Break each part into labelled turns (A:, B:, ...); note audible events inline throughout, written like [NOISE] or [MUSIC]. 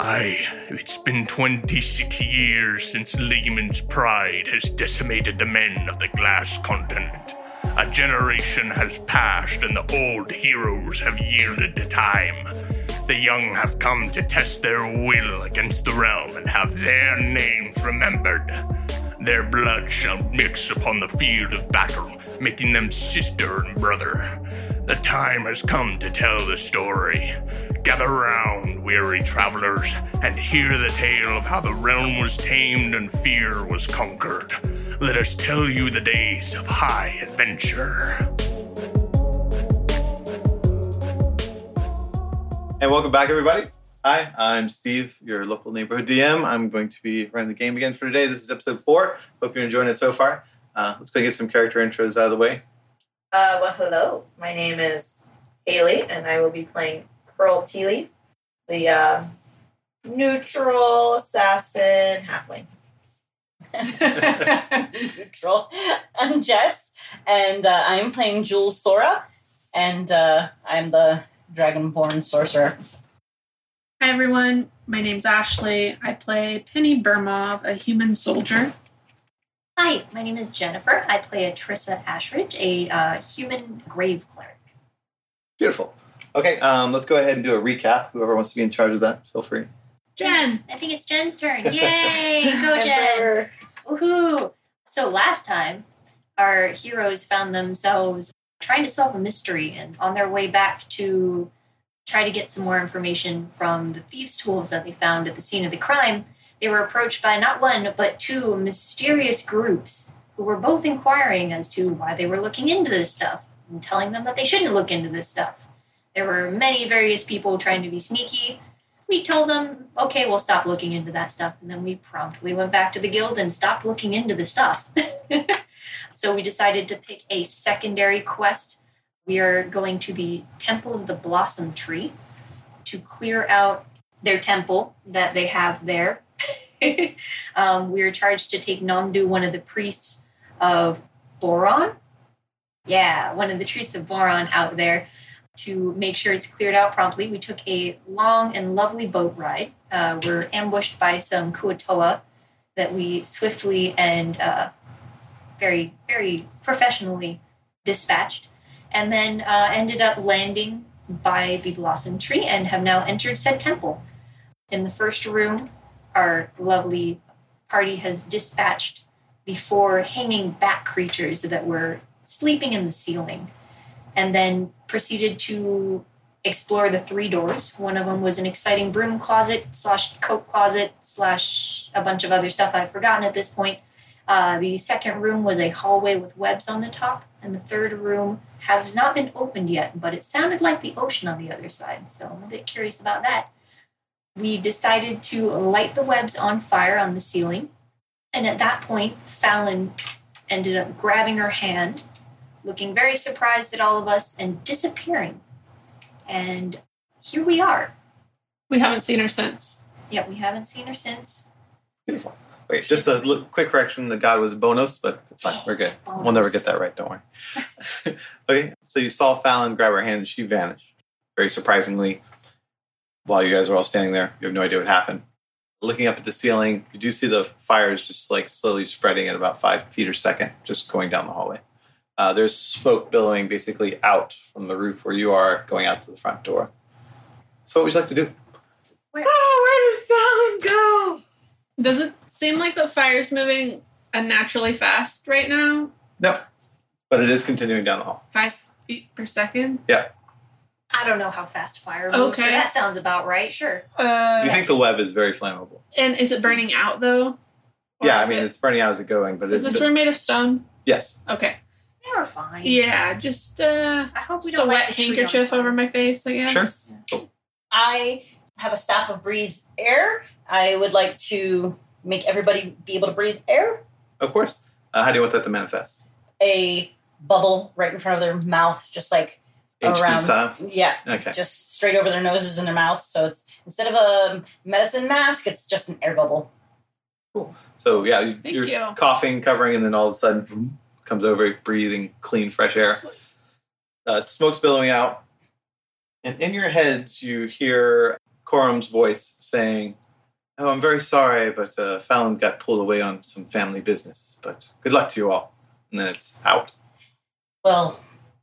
A: Aye, it's been 26 years since Lehman's pride has decimated the men of the glass continent. A generation has passed and the old heroes have yielded to time. The young have come to test their will against the realm and have their names remembered. Their blood shall mix upon the field of battle, making them sister and brother. The time has come to tell the story. Gather round, weary travelers, and hear the tale of how the realm was tamed and fear was conquered. Let us tell you the days of high adventure.
B: And welcome back, everybody. Hi, I'm Steve, your local neighborhood DM. I'm going to be running the game again for today. This is episode four. Hope you're enjoying it so far. Uh, let's go get some character intros out of the way.
C: Uh, well, hello. My name is Haley, and I will be playing Pearl Tea Leaf, the uh, neutral assassin halfling.
D: [LAUGHS] neutral. I'm Jess, and uh, I'm playing Jules Sora, and uh, I'm the Dragonborn sorcerer.
E: Hi everyone, my name's Ashley. I play Penny Burmov, a human soldier.
F: Hi, my name is Jennifer. I play Atrissa Ashridge, a uh, human grave cleric.
B: Beautiful. Okay, um, let's go ahead and do a recap. Whoever wants to be in charge of that, feel free.
E: Jen,
F: I think it's Jen's turn. Yay! Go, Jen!
C: Emperor.
F: Woohoo! So last time, our heroes found themselves trying to solve a mystery and on their way back to try to get some more information from the thieves' tools that they found at the scene of the crime. They were approached by not one, but two mysterious groups who were both inquiring as to why they were looking into this stuff and telling them that they shouldn't look into this stuff. There were many various people trying to be sneaky, we told them, okay, we'll stop looking into that stuff. And then we promptly went back to the guild and stopped looking into the stuff. [LAUGHS] so we decided to pick a secondary quest. We are going to the Temple of the Blossom Tree to clear out their temple that they have there. [LAUGHS] um, we are charged to take Namdu, one of the priests of Boron. Yeah, one of the priests of Boron out there to make sure it's cleared out promptly. We took a long and lovely boat ride. Uh, we're ambushed by some Kuatoa that we swiftly and uh, very, very professionally dispatched, and then uh, ended up landing by the blossom tree and have now entered said temple. In the first room, our lovely party has dispatched the four hanging bat creatures that were sleeping in the ceiling and then proceeded to explore the three doors. One of them was an exciting broom closet slash coat closet slash a bunch of other stuff I've forgotten at this point. Uh, the second room was a hallway with webs on the top, and the third room has not been opened yet, but it sounded like the ocean on the other side, so I'm a bit curious about that. We decided to light the webs on fire on the ceiling, and at that point, Fallon ended up grabbing her hand looking very surprised at all of us and disappearing. And here we are.
E: we haven't seen her since.
F: Yet we haven't seen her since.
B: Beautiful. Okay, just a li- quick correction. The god was bonus, but it's fine. We're good. We'll never get that right. Don't worry. [LAUGHS] okay, so you saw Fallon grab her hand and she vanished. Very surprisingly, while you guys were all standing there, you have no idea what happened. Looking up at the ceiling, you do see the fires just like slowly spreading at about five feet a second, just going down the hallway. Uh, there's smoke billowing basically out from the roof where you are, going out to the front door. So, what would you like to do?
F: Where,
C: Oh, where did Fallon go?
E: Does it seem like the fire's moving unnaturally fast right now?
B: No, but it is continuing down the hall.
E: Five feet per second?
F: I don't know how fast fire moves, so
E: Okay.
F: that sounds about right. Sure.
E: Uh,
B: Do you think the web is very flammable?
E: and is it burning out though? Or
B: yeah, I
E: is
B: mean
E: it-
B: it's burning out as it's going, but
E: is
B: it's
E: this room made of stone?
B: yes.
E: Okay.
F: They were fine.
E: Yeah, just uh,
F: I hope we
E: just a
F: don't
E: wet
F: light the tree on
E: handkerchief
F: fire.
E: over my face, I guess.
B: Sure. Cool.
D: I have a staff of breathe air. I would like to make everybody be able to breathe air.
B: Of course. Uh, how do you want that to manifest?
D: A bubble right in front of their mouth, just like
B: HP
D: Around.
B: style.
D: yeah,
B: Okay.
D: just straight over their noses and their mouth. So it's instead of a medicine mask, it's just an air bubble.
B: So yeah, you,
E: Thank
B: you're
E: you.
B: coughing, covering, and then all of a sudden vroom, comes over, breathing clean, fresh air. Uh, smoke's billowing out, and in your heads you hear Corum's voice saying, "Oh, I'm very sorry, but uh, Fallon got pulled away on some family business. But good luck to you all." And then it's out.
D: Well,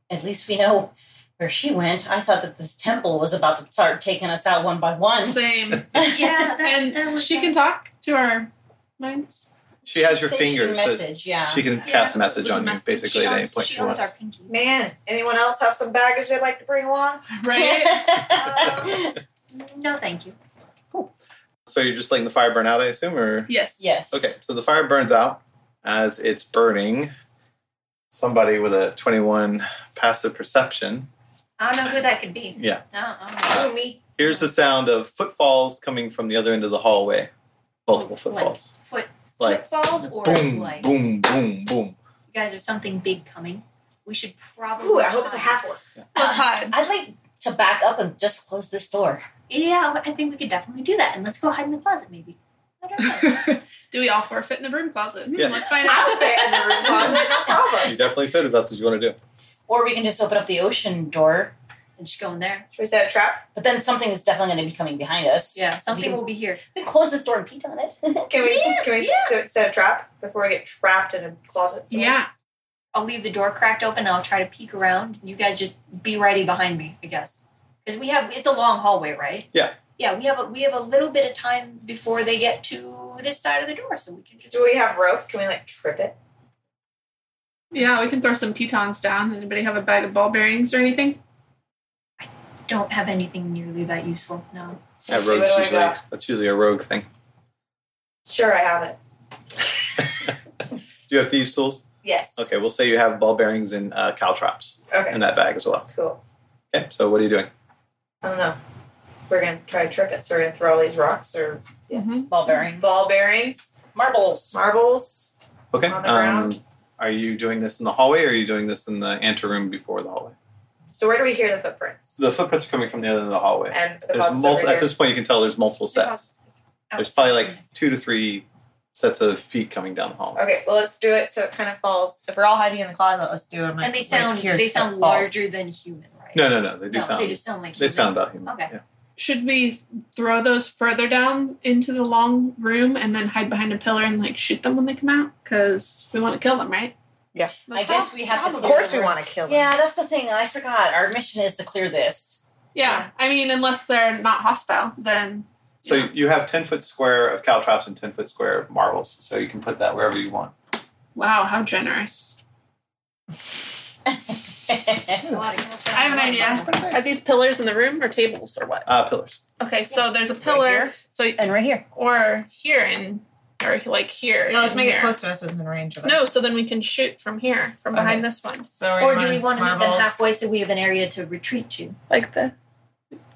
D: at least we know where she went. I thought that this temple was about to start taking us out one by one.
E: Same.
F: [LAUGHS] Yeah, that, that
E: and
F: was
E: she
F: that.
E: can talk to our
F: [LAUGHS]
E: minds.
B: She has your
D: said she
B: fingers. so
D: Message, yeah. [LAUGHS]
B: She can
F: Yeah,
B: cast
F: it
B: message
E: was a
B: on you
E: message.
B: basically
F: She
B: at any
F: owns-
B: point
F: she
B: she
F: owns
B: wants.
F: our pinkies.
C: Man, anyone else have some baggage they'd like to bring along?
E: Right?
F: No, thank you.
B: So you're just letting the fire burn out, I assume, or
E: yes.
D: yes.
B: okay. So the fire burns out as it's burning. Somebody with a 21 passive perception
F: I don't know who that could be. Uh,
B: Yeah. Uh,
F: No, I don't know.
C: Who, me?
B: hears the sound of footfalls coming from the other end of the hallway. Multiple footfalls,
F: Like, foot,
B: like
F: footfalls or
B: boom,
F: like
B: boom, boom, boom.
F: you guys there's something big coming. We should probably.
C: Ooh, I hope it's a half [LAUGHS] orc.
E: Let's hide.
D: I'd like to back up and just close this door.
F: Yeah, I think we could definitely do that. And let's go hide in the closet, maybe. I don't know.
B: [LAUGHS]
E: Do we all forfeit in the broom closet? Hmm,
B: Yes.
E: Let's find
C: I'll
E: out.
C: fit in the room closet, no
B: You
C: problem.
B: definitely fit if that's what you want to do.
D: Or we can just open up the ocean door.
F: and just go in there.
C: Should we set a trap?
D: But then something is definitely going to be coming behind us.
F: Yeah,
D: We
F: something
D: can,
F: will be here.
D: we can close this door and peek on it.
C: Can we,
F: Yeah,
C: can we set- set a trap before we get trapped in a closet? door?
E: [LAUGHS] Yeah.
F: I'll leave the door cracked open. I'll try to peek around. You guys just be ready behind me, I guess, because we have it's a long hallway, right?
B: Yeah.
F: Yeah, we have a we have a little bit of time before they get to this side of the door, so we can just.
C: Do we have rope? Can we like trip it?
E: Yeah, we can throw some pitons down. Does anybody have a bag of ball bearings or anything?
F: don't have anything nearly that useful. No.
B: Yeah, rogues
C: See, what do I
B: usually
C: got?
B: that's usually a rogue thing.
C: Sure, I have it.
B: Do you have thieves tools?
C: Yes.
B: Okay, we'll say you have ball bearings and uh, caltrops
C: Okay.
B: in that bag as well.
C: Cool.
B: Okay, so what are you doing?
C: I don't know. We're gonna try to trip it. So we're gonna throw all these rocks or Yeah.
E: Mhm.
D: Ball bearings.
C: ball bearings,
D: Marbles.
C: marbles.
B: Okay. um,
C: On the ground.
B: are you doing this in the hallway or are you doing this in the anteroom before the hallway?
C: So where do we hear the footprints?
B: The footprints are coming from the other end of the hallway.
C: And the
B: There's
C: closet's
B: mul-
C: over
B: at
C: here.
B: this point, you can tell there's multiple sets.
F: oh,
B: There's probably like two to three sets of feet coming down the hallway.
C: Okay, well let's do it so it kind of falls. If we're all hiding in the closet, let's do it.
F: And they sound they sound larger than human, right?
B: No, no, no. They do
F: No,
B: sound.
F: They just sound like
B: they
F: human.
B: sound about human.
F: Okay.
B: Yeah.
E: Should we throw those further down into the long room and then hide behind a pillar and like shoot them when they come out? Because we want to kill them, right?
C: Yeah.
D: I guess we have to.
C: Of
D: Clear
C: course, we
D: the room.
C: want to kill them.
D: Yeah, that's the thing. I forgot. Our mission is to clear this. [LAUGHS]
E: Yeah. I mean, unless they're not hostile, then
B: So
E: Yeah.
B: you have 10 foot square of caltrops and 10 foot square of marbles. So you can put that wherever you want.
E: wow, how generous.
F: It's a lot of-
E: I have an idea. Are these pillars in the room or tables or what?
B: Uh, pillars.
E: Okay, so there's a pillar. So
D: and right here.
E: or here and or like here.
C: Yeah, let's
E: and
C: make it
E: here.
C: close to us so it's in range. Of
E: No,
C: us.
E: so then we can shoot from here, from behind this one,
C: So we're
F: Or
C: gonna
F: do we want to meet them
C: marbles.
F: halfway so we have an area to retreat to?
E: like the.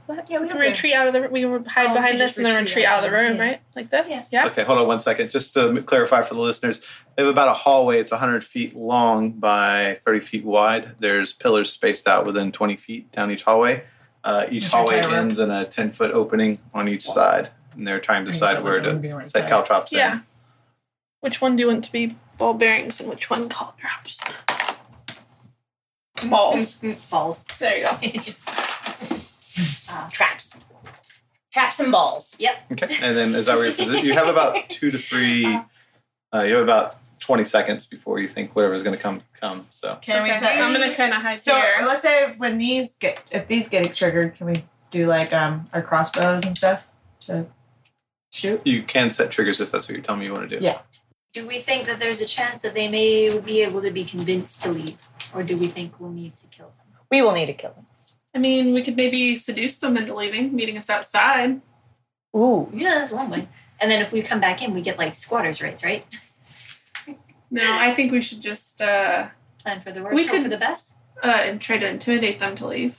E: What?
F: Yeah, we
E: we can
F: have
E: retreat out of the. We can hide
F: Oh, we
E: behind
F: can
E: this
F: just
E: and then
F: retreat
E: retreat out of the room,
F: yeah.
E: right? Like this. Yeah.
B: Okay, hold on one second. Just to clarify for the listeners, they have about a hallway. It's 100 feet long by 30 feet wide. There's pillars spaced out within 20 feet down each hallway. Uh, each
C: That's your
B: hallway
C: entire room?
B: ends in a 10 foot opening on each side, and they're trying to
C: Right,
B: decide
C: so
B: where
C: that would be
B: to
C: right
B: set
C: there.
B: caltrops in.
E: Yeah. Which one do you want to be ball bearings and which one call drops? Balls.
F: Balls.
E: There you
F: [LAUGHS]
E: go.
F: Uh, traps.
D: Traps and balls.
B: Okay, and then is that where you position? You have
C: [LAUGHS]
B: about two to three. Uh, you have about twenty seconds before you think whatever's going to come come. So
C: Can we
E: Okay,
C: set?
E: I'm gonna kind of hide
C: So
E: here.
C: let's say when these get if these get triggered, can we do like um our crossbows and stuff to shoot?
B: you can set triggers if that's what you're telling me you want to do.
C: Yeah.
F: Do we think that there's a chance that they may be able to be convinced to leave? Or do we think we'll need to kill them?
D: We will need to kill them.
E: I mean, we could maybe seduce them into leaving, meeting us outside.
D: Ooh.
F: Yeah, that's one way. And then if we come back in, we get like squatters' rights, right?
E: No, I think we should just uh,
F: Plan for the worst,
E: We
F: hope for
E: could-
F: the best.
E: uh, try to intimidate them to leave.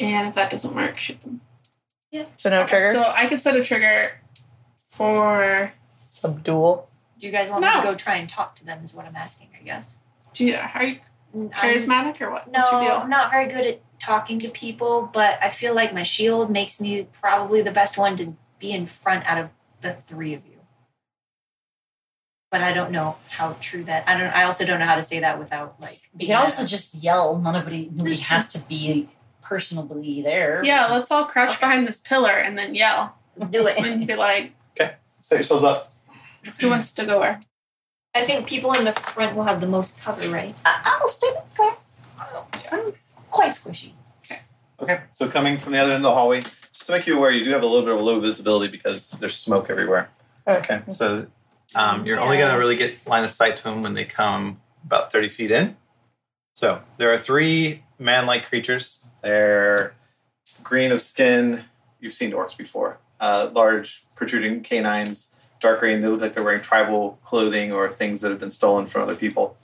E: And if that doesn't work, shoot them.
G: So no triggers.
E: So I could set a trigger for.
G: Some duel.
F: Do you guys want me
E: No.
F: to go try and talk to them? Is what I'm asking, I guess.
E: Do you, are you
F: Mm, I'm-
E: charismatic or what?
F: No,
E: What's your
F: I'm
E: deal?
F: not very good at talking to people, but I feel like my shield makes me probably the best one to be in front out of the three of you. But I don't know how true that. I don't. I also don't know how to say that without like.
D: We
F: being
D: can also
F: a-
D: just yell. Nobody, nobody
F: That's
D: has to be personally there.
E: Yeah, let's all crouch
F: Okay.
E: behind this pillar and then yell
D: Let's do
E: [LAUGHS]
D: it.
E: and be like,
B: Set yourselves up.
E: who wants to go where?
F: I think people in the front will have the most cover, right?
D: I- I'll stay up there. I'm quite squishy.
B: Okay, so coming from the other end of the hallway, just to make you aware, you do have a little bit of low visibility because there's smoke everywhere. Okay, so um, you're only going to really get line of sight to them when they come about 30 feet in. So there are three man like creatures. They're green of skin. You've seen orcs before. Uh, large, protruding canines, dark green. They look like they're wearing tribal clothing or things that have been stolen from other people.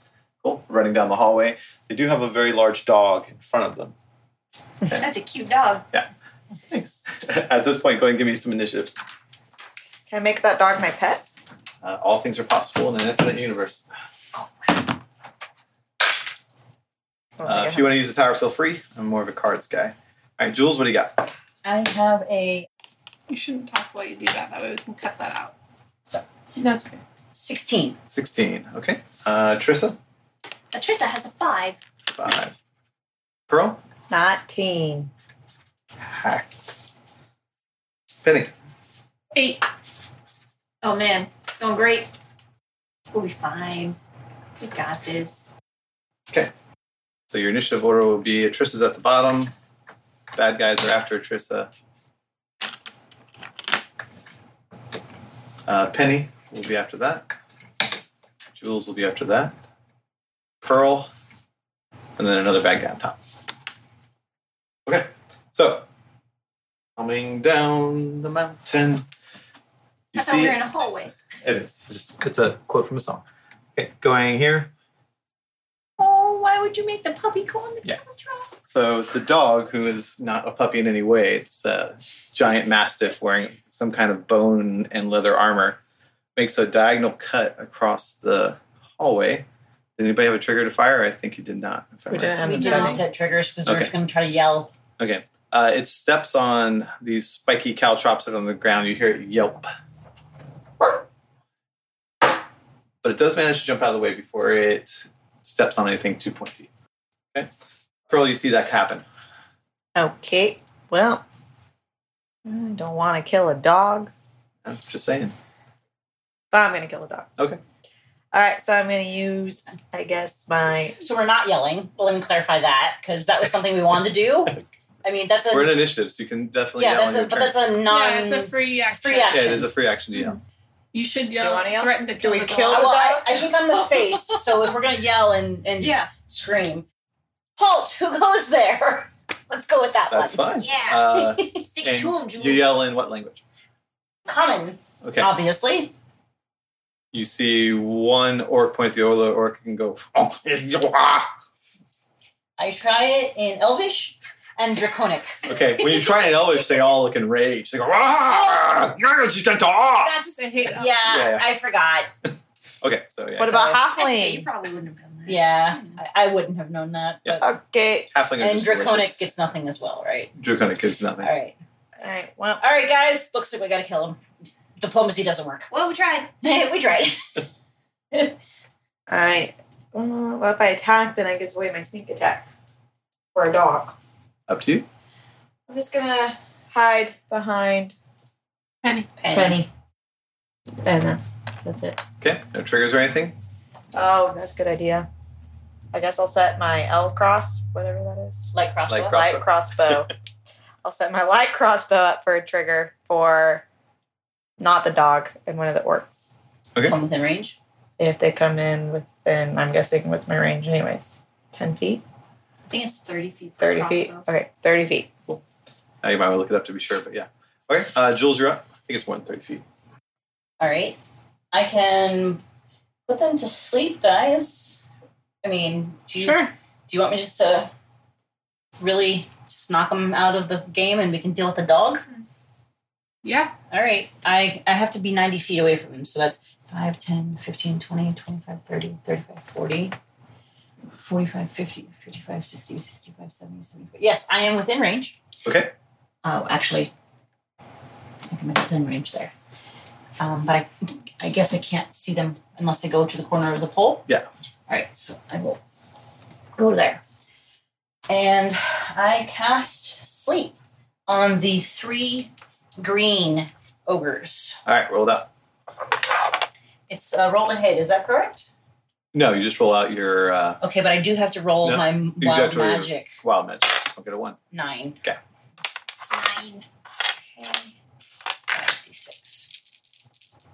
B: Cool. Running down the hallway. They do have a very large dog in front of them.
F: That's a cute dog.
B: Thanks. [LAUGHS] At this point, go ahead and give me some initiatives.
C: Can I make that dog my pet?
B: Uh, all things are possible in an infinite universe.
C: Oh my
B: Uh, if
C: God.
B: you want to use the tower, feel free. I'm more of a cards guy. All right, Jules, what do you got?
D: I have a
E: You shouldn't talk while you do that. That way we can cut that out.
D: Sorry.
E: That's okay.
D: 16.
B: 16. Okay. Uh, Trissa,
F: Atrissa has a five.
B: five. Pearl,
C: 19.
B: hacks. Penny,
E: Eight.
F: Oh man, it's going great. We'll be fine. We got this.
B: So your initiative order will be Trissa's at the bottom. Bad guys are after Trissa. Uh, Penny will be after that. Jules will be after that. Pearl, and then another bad guy on top. Okay, so coming down the mountain.
F: I
B: You
F: thought we
B: see,
F: were in a hallway.
B: it is It's just it's a quote from a song. Okay, going here.
F: Oh, why would you make the puppy go on the
B: Yeah.
F: albatross?
B: So the dog, who is not a puppy in any way, it's a giant mastiff wearing some kind of bone and leather armor, makes a diagonal cut across the hallway. Did anybody have a trigger to fire? I think you did not. if I'm
G: We
B: right.
G: didn't have
D: We
G: him
F: We
D: didn't
F: don't.
G: setting.
D: set triggers because we
B: Okay.
D: we're going to try to yell.
B: Okay. Uh, it steps on these spiky caltrops that are on the ground. You hear it yelp. But it does manage to jump out of the way before it steps on anything too pointy. Okay. Pearl, you see that happen.
C: Okay, well, I don't want to kill a dog,
B: I'm just saying.
C: but I'm going to kill a dog.
B: Okay.
C: All right, so I'm going to use, I guess, my.
D: So we're not yelling. Well, let me clarify that because that was something we
B: [LAUGHS]
D: wanted to do. I mean, that's a
B: We're in initiative, so you can definitely
D: yeah,
B: yell
D: that's
B: on
D: a
B: your
D: but
B: turn.
D: that's a non.
E: yeah, it's a free action.
D: free action. Mm-hmm.
B: yeah, it is a free action to yell.
E: You should
C: you
E: yell.
C: wanna yell?
E: Threaten to kill
C: we
E: the dog.
C: kill
D: Well,
C: the
D: I, I think I'm the face, so if we're gonna yell and and
F: Yeah.
D: scream, halt! Who goes there? [LAUGHS] Let's go with that
B: That's
D: one.
B: fine.
F: Yeah.
B: [LAUGHS] Uh,
F: Stick
B: and
F: to him, Jules.
B: you yell in what language?
D: Common,
B: Okay.
D: Um, obviously.
B: You see one orc point at the other orc and [LAUGHS] go,
D: I try it in Elvish and Draconic.
B: Okay, when you try an Elvish, they all look enraged. They go, ah, you're not just gonna talk.
D: That's
E: I hate
D: yeah,
E: Elvish.
B: Yeah.
D: I forgot.
B: Okay, so yeah,
C: What about
F: That's okay, you
C: halfling?
F: probably wouldn't have done that.
D: Yeah, I, I wouldn't have known that.
B: Yeah.
D: But,
C: Okay.
B: halfling are
D: and
B: just
D: Draconic
B: delicious.
D: gets nothing as well, right?
B: draconic is
D: All
B: nothing.
D: right,
C: All right, well,
D: all right, guys. Looks like we gotta kill him. Diplomacy doesn't work. [LAUGHS]
F: Well, we tried.
D: we tried.
C: all right. Uh, well, if I attack, then I gives away my sneak attack for a dog.
B: Up to you.
C: I'm just going to hide behind.
D: Penny.
C: And that's, that's it.
B: Okay, no triggers or anything.
C: Oh, that's a good idea. I guess I'll set my L cross, whatever that is.
D: Light crossbow.
B: Light
C: light crossbow. I'll set my light crossbow up for a trigger for not the dog and one of the orcs.
D: Come within range.
C: If they come in within, I'm guessing what's my range, anyways? 10 feet?
F: I think it's 30 feet. for
C: 30 feet?
F: crossbow.
C: Okay, 30 feet.
B: Now you might want to look it up to be sure, but yeah. Okay, uh, Jules, you're up. I think it's more than thirty feet.
D: All right. I can put them to sleep, guys. I mean, do you,
E: Sure.
D: do you want me just to really just knock them out of the game and we can deal with the dog?
E: Yeah.
D: All right. I, I have to be 90 feet away from them. So that's 5, 10, 15, 20, 25, 30, 35, 40, 45, 50, 55, 60, 65, 70, 75. Yes, I am within range.
B: Okay,
D: Oh, actually, I think I'm at within range there. Um, but I, I guess I can't see them unless they go to the corner of the pole.
B: Yeah.
D: All right, so I will go there. and I cast sleep on the three green ogres.
B: All right, roll it out.
D: It's uh, rolled ahead. Is that correct?
B: No, you just roll out your uh,
D: Okay, but I do have to roll
B: No,
D: my
B: got
D: wild
B: to roll your-
D: magic
B: wild magic. Just don't get a one.
D: nine.
F: Nine.
D: Okay. Five d six.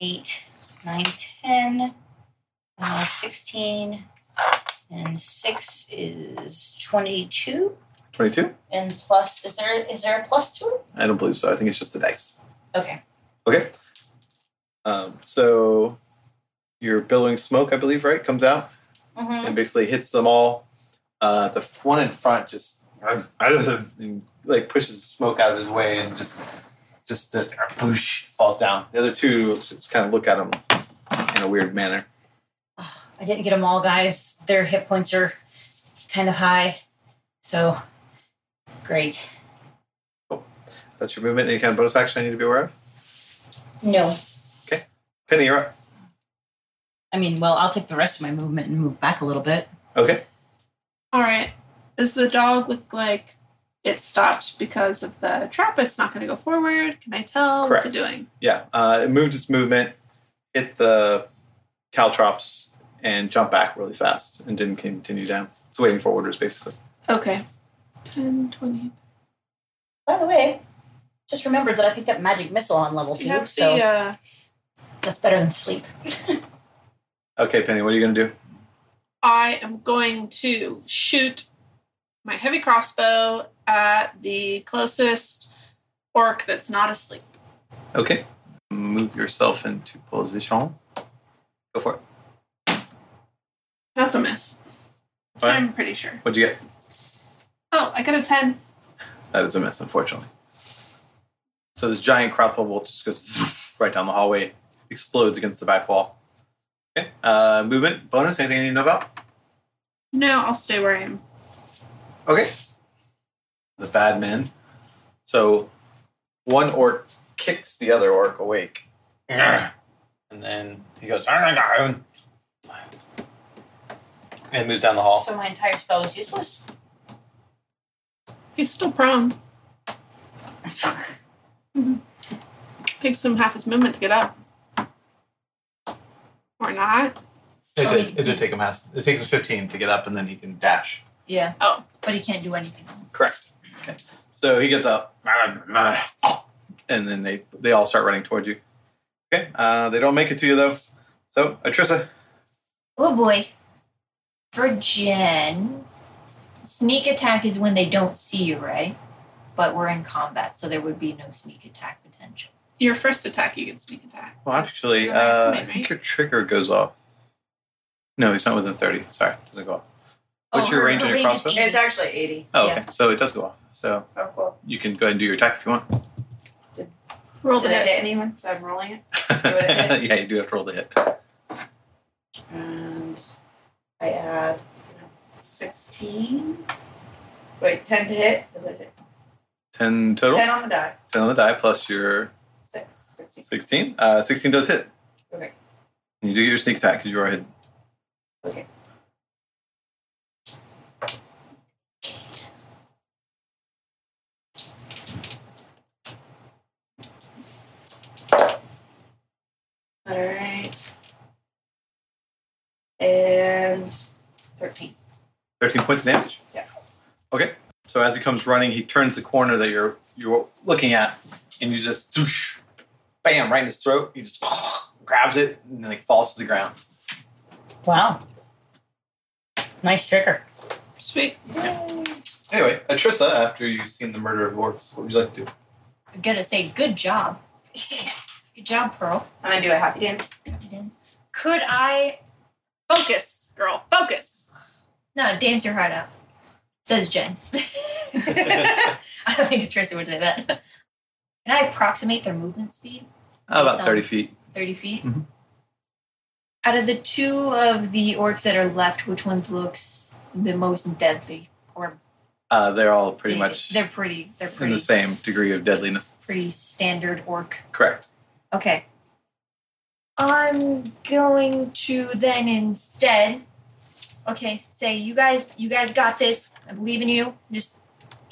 D: Eight, nine, ten, uh, sixteen, and six is twenty-two.
B: Twenty-two.
D: And plus, is there is there a plus to it?
B: I don't believe so. I think it's just the dice.
D: Okay.
B: Okay. Um, so your billowing smoke, I believe, right, comes out.
D: Mm-hmm.
B: and basically hits them all. Uh, the f- one in front just and, [LAUGHS] like pushes smoke out of his way and just just uh, boosh falls down. The other two just kind of look at him in a weird manner.
D: I didn't get them all, guys. Their hit points are kind of high, so great.
B: That's your movement. Any kind of bonus action I need to be aware of?
D: No,
B: Penny, you're up.
D: I mean, well, I'll take the rest of my movement and move back a little bit.
B: Okay.
E: All right. Does the dog look like it stopped because of the trap? It's not going to go forward. Can I tell what's
B: Correct.
E: it doing?
B: Yeah. Uh, it moved its movement, hit the caltrops, and jumped back really fast and didn't continue down. It's waiting for orders, basically.
E: Okay. 10, 20.
D: By the way, just remembered that I picked up magic missile on level
E: You
D: two,
E: have
D: so
E: the, uh,
D: that's better than sleep.
B: Okay, Penny, what are you going to do?
E: I am going to shoot my heavy crossbow at the closest orc that's not asleep.
B: Okay. Move yourself into position. Go for it.
E: That's a miss.
B: All right.
E: I'm pretty sure.
B: What'd you get?
E: Oh, I got a 10.
B: That is a miss, unfortunately. So this giant crossbow bolt just goes [LAUGHS] right down the hallway, explodes against the back wall. Okay. Uh, movement bonus. Anything you need to know about?
E: No, I'll stay where I am.
B: Okay. The bad men. So one orc kicks the other orc awake, [CLEARS THROAT] and then he goes and moves down the hall.
D: So my entire spell was useless.
E: He's still prone. Takes him half his movement to get up. Or not.
B: It
F: So
B: did.
F: he-
B: It did take him half. It takes him fifteen to get up, and then he can dash.
F: Yeah.
E: Oh.
F: But he can't do anything else.
B: Correct. Okay. So he gets up, and then they they all start running towards you. Okay. Uh, they don't make it to you though. So Atrissa,
F: Oh boy. For Jen, s- sneak attack is when they don't see you, right? But we're in combat, so there would be no sneak attack potential.
E: Your first attack, you can sneak attack.
B: well, actually,
E: You're right, come
B: uh,
E: in,
B: I think
E: right?
B: your trigger goes off. No, he's not within thirty. Sorry, it doesn't go off. What's
F: Oh,
B: your
F: her-
B: range
F: her
B: on your
F: range is
B: crossbow?
F: eight.
C: It's actually 80.
B: Oh, okay. So it does go off. So
C: Oh, cool.
B: you can go ahead and do your attack if you want.
E: Roll
C: Did I
E: it.
C: hit anyone? So I'm rolling it. do it again.
B: [LAUGHS] yeah, you do have to roll the hit.
C: And I add 16. Wait, 10 to hit? Does it hit?
B: Ten total.
C: 10 on the die.
B: Ten on the die plus your
C: 6. 16.
B: 16. Uh, 16 does hit.
C: Okay.
B: And you do get your sneak attack because you are hidden.
C: Okay. All right. And 13.
B: 13 points of damage?
C: Yeah.
B: Okay. So as he comes running, he turns the corner that you're you're looking at, and you just doosh, bam, right in his throat. He just [SIGHS] grabs it and like falls to the ground.
D: Wow. Nice trigger.
E: Sweet.
B: Anyway, Atrissa, after you've seen the murder of orcs, what would you like to do?
F: I'm gonna say good job. [LAUGHS] good job, Pearl.
C: I'm going to do a happy dance.
F: Could I
E: Focus, girl. Focus.
F: no dance your heart out? Says Jen. [LAUGHS] I don't think Tracy would say that. Can I approximate their movement speed?
B: Oh, About
F: Based on-
B: 30 feet.
F: Thirty feet.
B: Mhm.
F: Out of the two of the orcs that are left, which ones looks the most deadly? Or
B: Uh, they're all pretty
F: they-
B: much
F: they're pretty. They're
B: in the
F: pretty.
B: same degree of deadliness.
F: Pretty standard orc.
B: Correct.
F: Okay. I'm going to then instead okay, say you guys, you guys got this. I believe in you. Just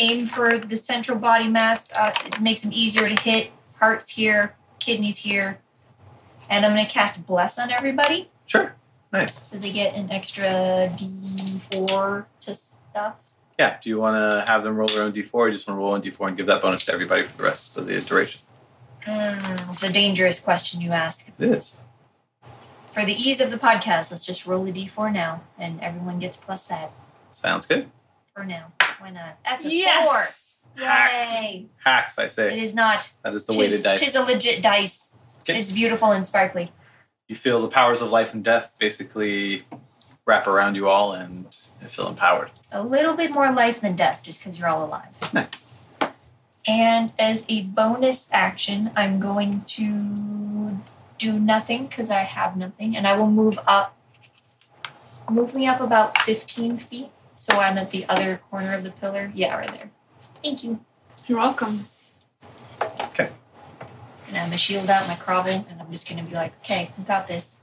F: aim for the central body mass. Uh, it makes them easier to hit. Hearts here, kidneys here, and I'm gonna cast bless on everybody
B: Sure. Nice.
F: so they get an extra D4 to stuff.
B: Yeah. Do you want to have them roll their own d4 or just want to roll on d4 and give that bonus to everybody for the rest of the duration?
F: Mm, it's a dangerous question you ask.
B: It is.
F: For the ease of the podcast, let's just roll a D4 now, and everyone gets plus that
B: Sounds good.
F: for now. Why not? That's a four.
B: Hacks.
F: Yay!
B: Hacks, I
F: It
B: say.
F: is not.
B: That is the weighted dice.
F: Tis a legit dice.
B: Okay.
F: It's beautiful and sparkly.
B: you feel the powers of life and death basically wrap around you all and feel empowered.
F: A little bit more life than death, just because you're all alive.
B: Nice.
F: And as a bonus action, I'm going to do nothing because I have nothing, and I will move up. Move me up about 15 feet, so I'm at the other corner of the pillar. Yeah, right there. Thank you.
E: You're welcome.
F: And I'm gonna shield out my crobble, and I'm just gonna be like, okay, I got this.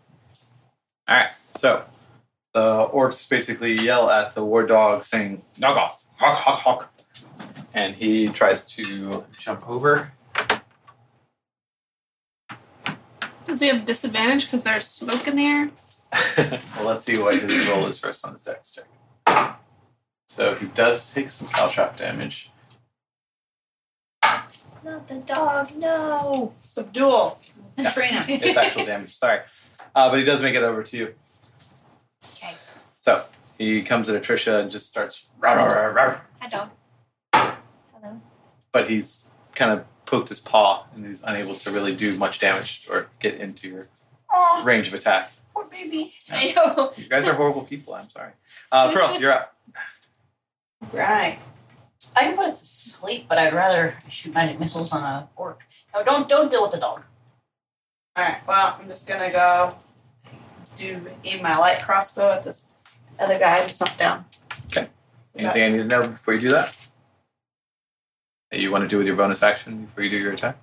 B: All right. So the orcs basically yell at the war dog, saying "knock off, hawk, hawk, hawk," and he tries to jump over.
E: Does he have disadvantage because there's smoke in the air?
B: well, let's see what his roll is first on his dex check. So he does take some caltrop damage.
F: Not the dog, no.
D: Subdual.
B: Yeah.
D: Train [LAUGHS] him.
B: It's actual damage. Sorry, uh, but he does make it over to you.
F: Okay,
B: So he comes at Atricia and just starts. "Rawr, rawr, rawr, rawr."
F: hi dog. Hello.
B: but he's kind of poked his paw and he's unable to really do much damage or get into your
D: Oh,
B: range of attack.
D: poor baby.
F: I know.
B: You guys are horrible people. I'm sorry. Uh, Pearl, you're [LAUGHS] up.
D: Right. I can put it to sleep, but I'd rather shoot magic missiles on a orc. No, don't don't deal with the dog.
C: All right. Well, I'm just gonna go do aim my light crossbow at this other guy who's knocked down.
B: Okay.
C: Is that-
B: Anything I need to know before you do that? That you want to do with your bonus action before you do your attack?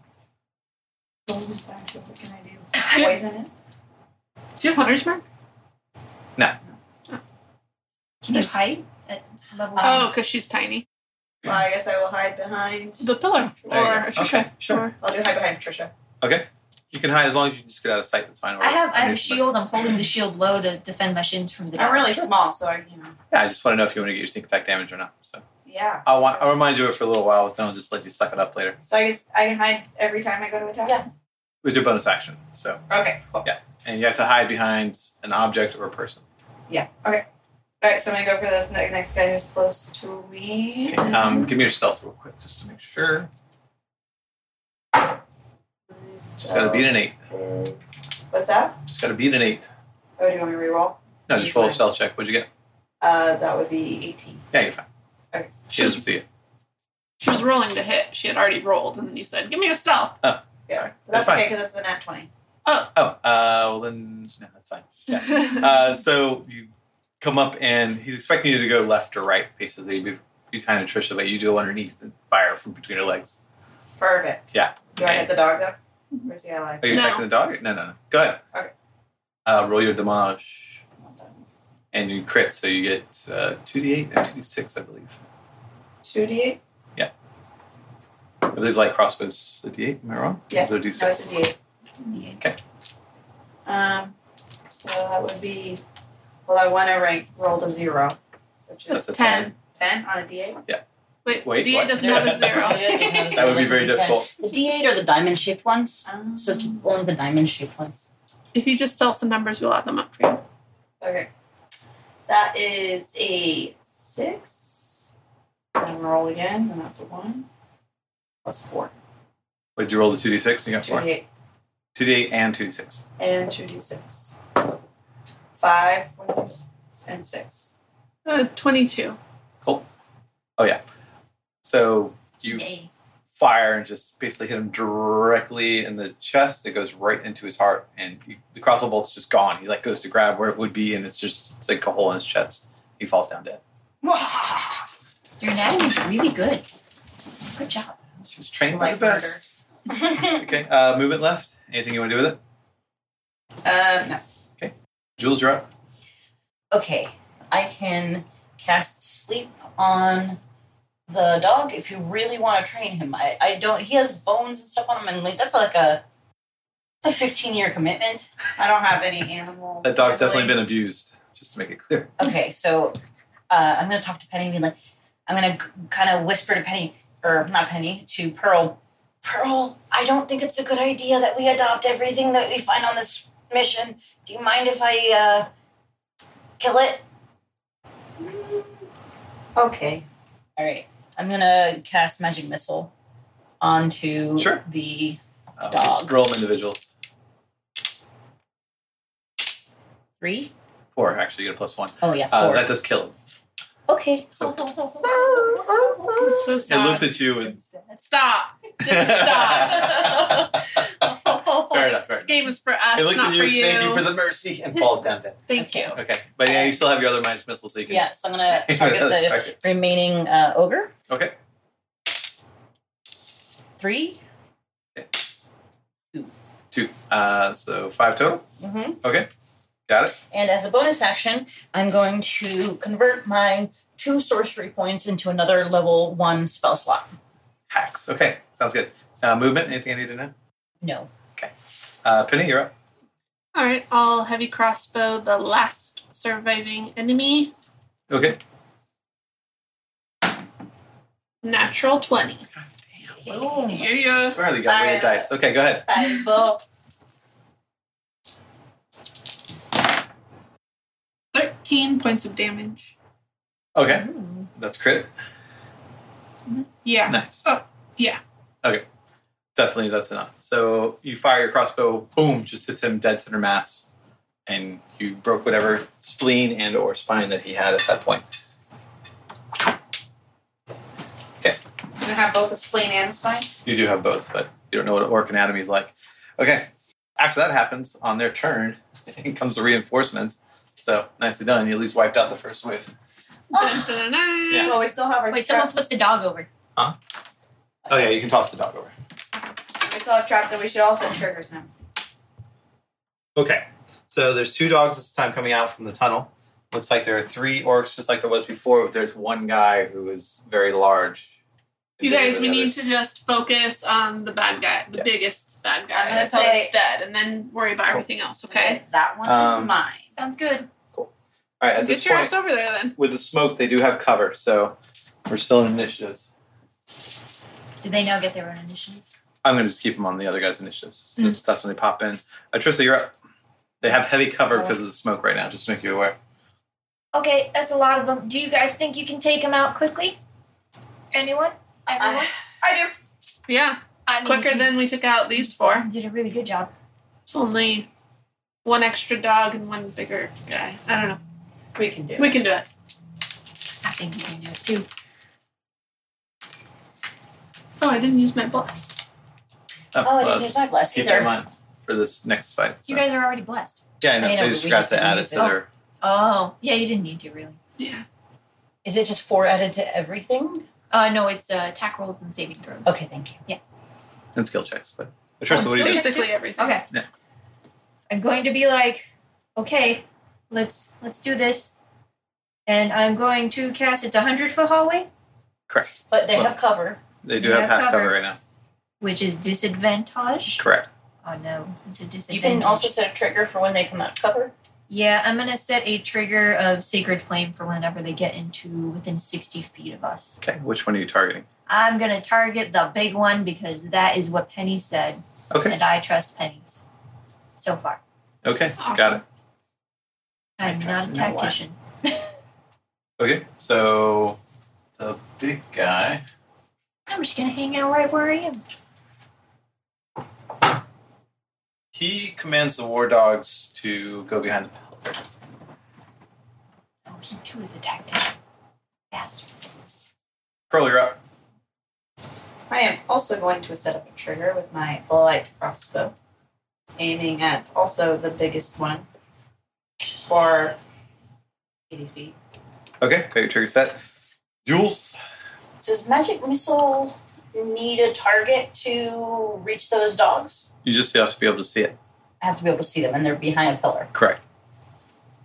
C: bonus action, What can I do? Poison it?
E: Do you have hunter's mark?
F: Can you hide at
B: Um,
F: level
E: Oh, because she's tiny.
C: Well, I guess I will hide behind.
E: The pillar.
B: There you
E: Or
B: go. Okay, sure.
E: Or-
C: I'll do hide behind Trisha.
B: You can hide as long as you just get out of sight. That's fine. Or-
F: I have I have a
B: or-
F: shield. I'm holding the shield low to defend my shins from the dog.
C: I'm really small, so I, you know.
B: Yeah, I just want to know if you want to get your sneak attack damage or not. So
C: Yeah.
B: I'll, want, I'll remind you of it for a little while, then I'll just let you suck it up later
C: So I guess I can hide every time I go to attack. Yeah.
B: with your bonus action. So
C: Okay. Cool.
B: and you have to hide behind an object or a person.
C: Yeah. Okay. All right. So I'm gonna go for this ne- next guy who's close to me.
B: Okay, um, give me your stealth real quick, just to make sure. Just gotta beat an eight.
C: What's that?
B: Just gotta beat an eight.
C: Oh, do you want me to reroll?
B: No, just roll a stealth check. What'd you get?
C: Uh, that would be 18.
B: Yeah, you're fine.
C: Okay.
B: She doesn't see it.
E: She was rolling to hit. She had already rolled, and then you said, "Give me a stealth."
B: Sorry.
C: But that's
B: That's
C: okay because this is a nat 20.
B: Oh, uh, well then, no, that's fine. Yeah.
E: [LAUGHS]
B: Uh, so you come up and he's expecting you to go left or right, basically. Be behind Trisha, but you go underneath and fire from between her legs.
C: Perfect.
B: Yeah. Mm-hmm.
C: Do I hit the dog though? Where's the ally?
B: Are you
E: No.
B: attacking the dog? No, no, no. Go ahead.
C: Okay.
B: Uh, roll your damage. And you crit, so you get uh, 2d8 and 2d6, I believe.
C: 2d8?
B: I believe light crossbows a d8. Am I wrong?
C: Yeah.
B: So
C: No, it's a
B: d6.
C: d8.
B: Okay.
C: Um, so that would be, well, I want to rank rolled a 0, which is
B: That's a
E: It's ten.
B: 10.
C: 10 on a d8.
E: Wait,
B: Wait,
E: the
B: what?
E: eight doesn't have a
B: [LAUGHS]
D: [LAUGHS]
E: zero.
B: That would be very difficult.
D: The D8 are the diamond shaped ones,
C: Um,
D: so keep only the diamond shaped ones.
E: if you just tell us the numbers, we'll add them up for you.
C: Okay. That is a 6. Then roll again, and that's a 1. Plus 4.
B: Would you roll the 2d6? You got 4.
C: 2d8
B: 2d8 and 2d6.
C: and 2d6. 5 what is- and 6.
E: Uh, Twenty-two.
B: So you
F: Yay.
B: fire and just basically hit him directly in the chest. It goes right into his heart, and you, the crossbow bolt's just gone. He like goes to grab where it would be, and it's just it's like a hole in his chest. He falls down dead.
F: Your anatomy's really good. Good job.
B: She was trained by the
C: Light murder.
B: best.
E: [LAUGHS]
B: okay, uh, movement left. Anything you want to do with it?
C: Um, no.
B: Jules, you're up.
D: Okay. I can cast sleep on the dog if you really want to train him. I, I don't. He has bones and stuff on him, and like that's like a it's a fifteen year commitment. I don't have any animal.
B: That dog's
D: really.
B: definitely been abused, just to make it clear.
D: Okay, so uh, I'm gonna talk to Penny and be like, I'm gonna kind of whisper to Penny, or not Penny, to Pearl. Pearl, I don't think it's a good idea that we adopt everything that we find on this mission. Do you mind if I uh, kill it? "Mm, Okay. All right. I'm gonna cast magic missile onto
B: Sure.
D: the
B: Um,
D: Dog.
B: Roll them individual.
D: three.
B: Four, actually, you get a plus one.
D: Oh yeah,
B: Uh,
D: four.
B: that does kill. it.
D: okay. [LAUGHS]
B: So it
E: It's so sad.
B: looks at you and.
E: stop.
B: [LAUGHS]
E: Just stop.
B: fair enough, fair
E: this
B: enough.
E: game is for us,
B: It looks
E: not
B: at you,
E: for you.
B: thank you for the mercy, and falls down dead.
E: Thank
D: Okay.
E: you.
B: Okay. But yeah, you still have your other magic missile, so you can. [LAUGHS]
D: Yeah, so I'm gonna
B: you
D: target
B: can
D: the
B: target.
D: remaining uh, ogre.
B: Okay.
D: Three.
B: Two. Uh, so five total.
D: Mm-hmm.
B: Okay. Got it.
D: And as a bonus action, I'm going to convert my two sorcery points into another level one spell slot.
B: Hacks. Okay. Sounds good. Uh, movement. Anything I need to know?
D: No.
B: Uh, Penny, you're up.
E: All right, I'll heavy crossbow the last surviving enemy.
B: Okay.
E: Natural 20. Yeah,
B: I
E: yeah.
B: swear they got weighted
C: Uh,
B: dice. Okay, go ahead.
C: Five, four,
E: 13 points of damage.
B: Okay.
E: Mm-hmm.
B: That's crit.
E: Yeah.
B: Nice.
E: Oh, yeah.
B: Okay. Definitely, that's enough. So you fire your crossbow, boom, just hits him dead center mass, and you broke whatever spleen and or spine that he had at that point.
C: You have both a spleen and a spine.
B: You do have both, but you don't know what orc anatomy is like. Okay. After that happens, on their turn, [LAUGHS] in comes the reinforcements. So nicely done. You at least wiped out the first wave.
E: Dun, dun, dun.
B: Yeah.
C: Well, we still have our
F: Wait, someone
C: traps.
F: flipped the dog over.
B: Oh yeah, you can toss the dog over.
C: We still have traps, and we should also have triggers now.
B: Okay. So there's two dogs this time coming out from the tunnel. Looks like there are three orcs just like there was before, but there's one guy who is very large.
E: You guys, we
B: The
E: need
B: others-
E: to just focus on the bad guy, the
B: Yeah.
E: biggest bad guy,
C: I'm gonna
E: until
C: say-
E: it's dead, and then worry about everything else, okay?
C: that one
B: Um,
C: is mine.
F: Sounds good.
B: All right, at this
E: Get your
B: point,
E: ass over there then.
B: with the smoke, they do have cover, so we're still in initiatives.
F: Did they now get their own initiative?
B: I'm going to just keep them on the other guys' initiatives.
E: Mm.
B: That's- That's when they pop in. Atrissa, you're up. They have heavy cover because of the smoke right now, just to make you aware.
H: Okay, that's a lot of them. Do you guys think you can take them out quickly? Anyone? Everyone?
C: I do.
E: Yeah,
H: I mean,
E: quicker than we took out these four.
H: did a really good job.
E: It's only one extra dog and one bigger guy. I don't know.
C: We can do.
E: We can do it.
F: I think you can do it too.
E: Oh, I didn't use my bless.
B: Oh,
D: Oh, I
B: well,
D: didn't use my bless
B: keep that in
D: either.
B: mind for this next fight. so.
F: You guys are already blessed.
B: yeah, I know.
D: I know,
B: they
D: but
B: just
D: we
B: forgot
D: just
B: to
D: didn't
B: add it
D: use
B: to
D: it.
B: their.
F: Oh, yeah, you didn't need to really.
E: Yeah.
D: Is it just four added to everything?
F: Uh, no, it's uh, attack rolls and saving throws.
D: Okay, thank you.
B: And skill checks, but. Atrissa, what do you
F: skill
B: do?
F: check?
E: Basically everything.
F: Okay.
B: Yeah.
F: I'm going to be like, okay, let's let's do this, and I'm going to cast. It's a hundred foot hallway,
B: Correct.
D: But they
B: Well-
D: have cover.
B: They do
F: You
B: have
F: have
B: half cover
F: cover.
B: right now.
F: which is disadvantage.
B: Correct.
F: Oh no, it's a disadvantage.
D: You can also set a trigger for when they come out of cover.
F: Yeah, I'm gonna set a trigger of sacred flame for whenever they get into within sixty feet of us.
B: Okay, which one are you targeting?
F: I'm gonna target the big one because that is what Penny said,
B: Okay,
F: and I trust Penny. So far,
B: okay, got
E: Awesome.
B: it.
F: I'm not a
B: trust no one.
F: tactician.
B: Okay, so the big guy.
F: I'm just gonna hang out right where I am.
B: He commands the war dogs to go behind the pillar.
F: Oh, he too is a tactician. Bastard.
B: Pearl, you're up.
C: I am also going to set up a trigger with my light crossbow, aiming at also the biggest one for 80 feet.
B: Okay, got your trigger set. Jules.
D: Does magic missile need a target to reach those dogs?
B: You just have to be able to see it.
D: I have to be able to see them, and they're behind a pillar.
B: Correct.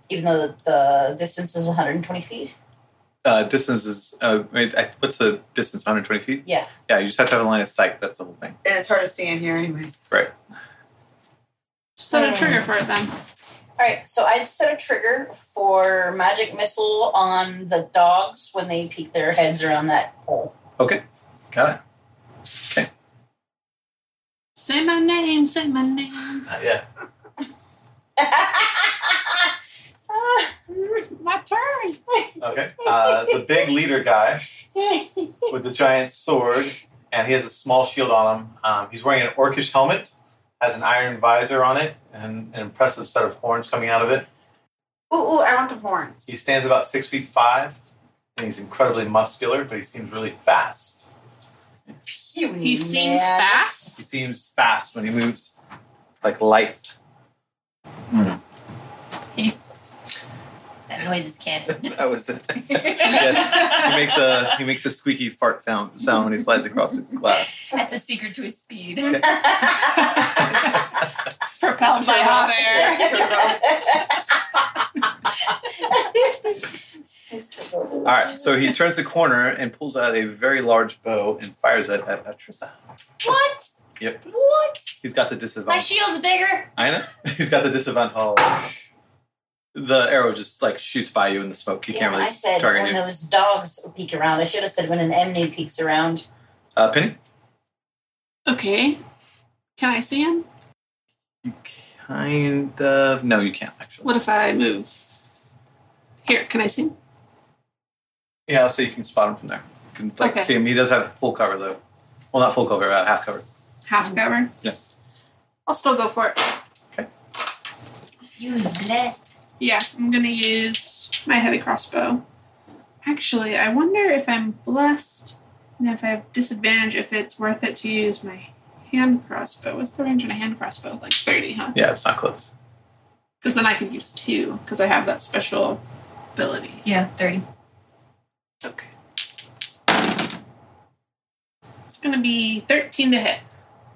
D: even though the, the distance is 120 feet.
B: Uh, distance is uh, wait, I, what's the distance? 120 feet.
D: Yeah.
B: Yeah, you just have to have a line of sight. That's the whole thing.
C: And it's hard to see in here, anyways.
E: Set a trigger for it then.
D: All right, so I set a trigger for magic missile on the dogs when they peek their heads around that hole.
B: Okay, got
E: Say my name, say my name.
B: it. yeah.
E: It's [LAUGHS] my
D: [LAUGHS]
E: turn.
B: Okay. Uh, the big leader guy with the giant sword, and he has a small shield on him. Um, he's wearing an orcish helmet, has an iron visor on it, and an impressive set of horns coming out of it.
C: Ooh, ooh, I want the horns.
B: He stands about six feet five, and he's incredibly muscular, but he seems really fast.
E: He seems fast.
B: He seems fast when he moves, like light.
F: That noise is canon. [LAUGHS]
B: That was it.
E: [LAUGHS]
B: yes, he makes a he makes a squeaky fart found- sound when he slides across the
F: [LAUGHS]
B: glass.
F: That's a secret to his speed.
E: Propelled by hot air.
B: All right, so he turns the corner and pulls out a very large bow and fires it at, at Trissa.
F: What?
B: Yep.
F: What?
B: He's got the
F: My
B: disadvantage.
F: shield's bigger.
B: I know. [LAUGHS] He's got the disadvantage. The arrow just like shoots by you in the smoke. You
D: Yeah,
B: can't really
D: I said
B: target
D: when
B: you.
D: those dogs peek around. I should have said when an Emney peeks around.
B: Uh, Penny,
E: Okay. Can I see him?
B: you kind of no, you can't actually.
E: What if I move? Here, can I see him?
B: Yeah, so you can spot him from there. You can like
E: Okay.
B: see him. He does have full cover though. Well, not full cover, uh, half cover.
E: Half cover?
B: Yeah.
E: I'll still go for it.
F: You was blessed.
E: Yeah, I'm gonna use my heavy crossbow. Actually, I wonder if I'm blessed and if I have disadvantage if it's worth it to use my hand crossbow. What's the range on a hand crossbow? Like 30, huh?
B: Yeah, it's not close.
E: Because then I can use two because I have that special ability.
F: Yeah, 30.
E: Okay. It's gonna be 13 to hit.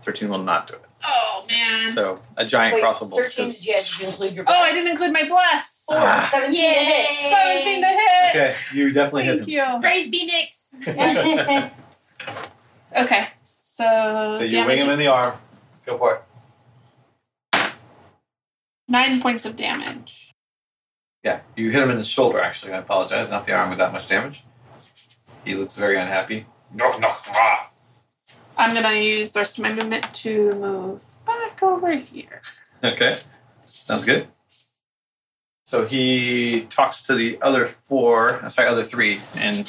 B: Thirteen will not do it.
E: Oh man.
B: So a giant
D: Wait,
B: crossbow bolt.
D: 13
B: just-
D: did you actually include your
E: Oh, I didn't include my bless.
D: Four,
B: Ah.
D: 17
F: Yay.
D: Oh, hits.
E: 17 to hit.
B: Okay, you definitely hit
E: Thank
B: him.
E: you.
F: Praise be Nix.
D: Yes.
E: Okay. So,
B: [LAUGHS] So you
E: damage-
B: wing him in the arm. Go for it.
E: nine points of damage.
B: Yeah, you hit him in the shoulder. Actually, I apologize. Not the arm with that much damage. He looks very unhappy. Knock knock. ah.
E: I'm gonna use the rest of my movement to move back over here.
B: Okay, sounds good. So he talks to the other four. I'm sorry, other three in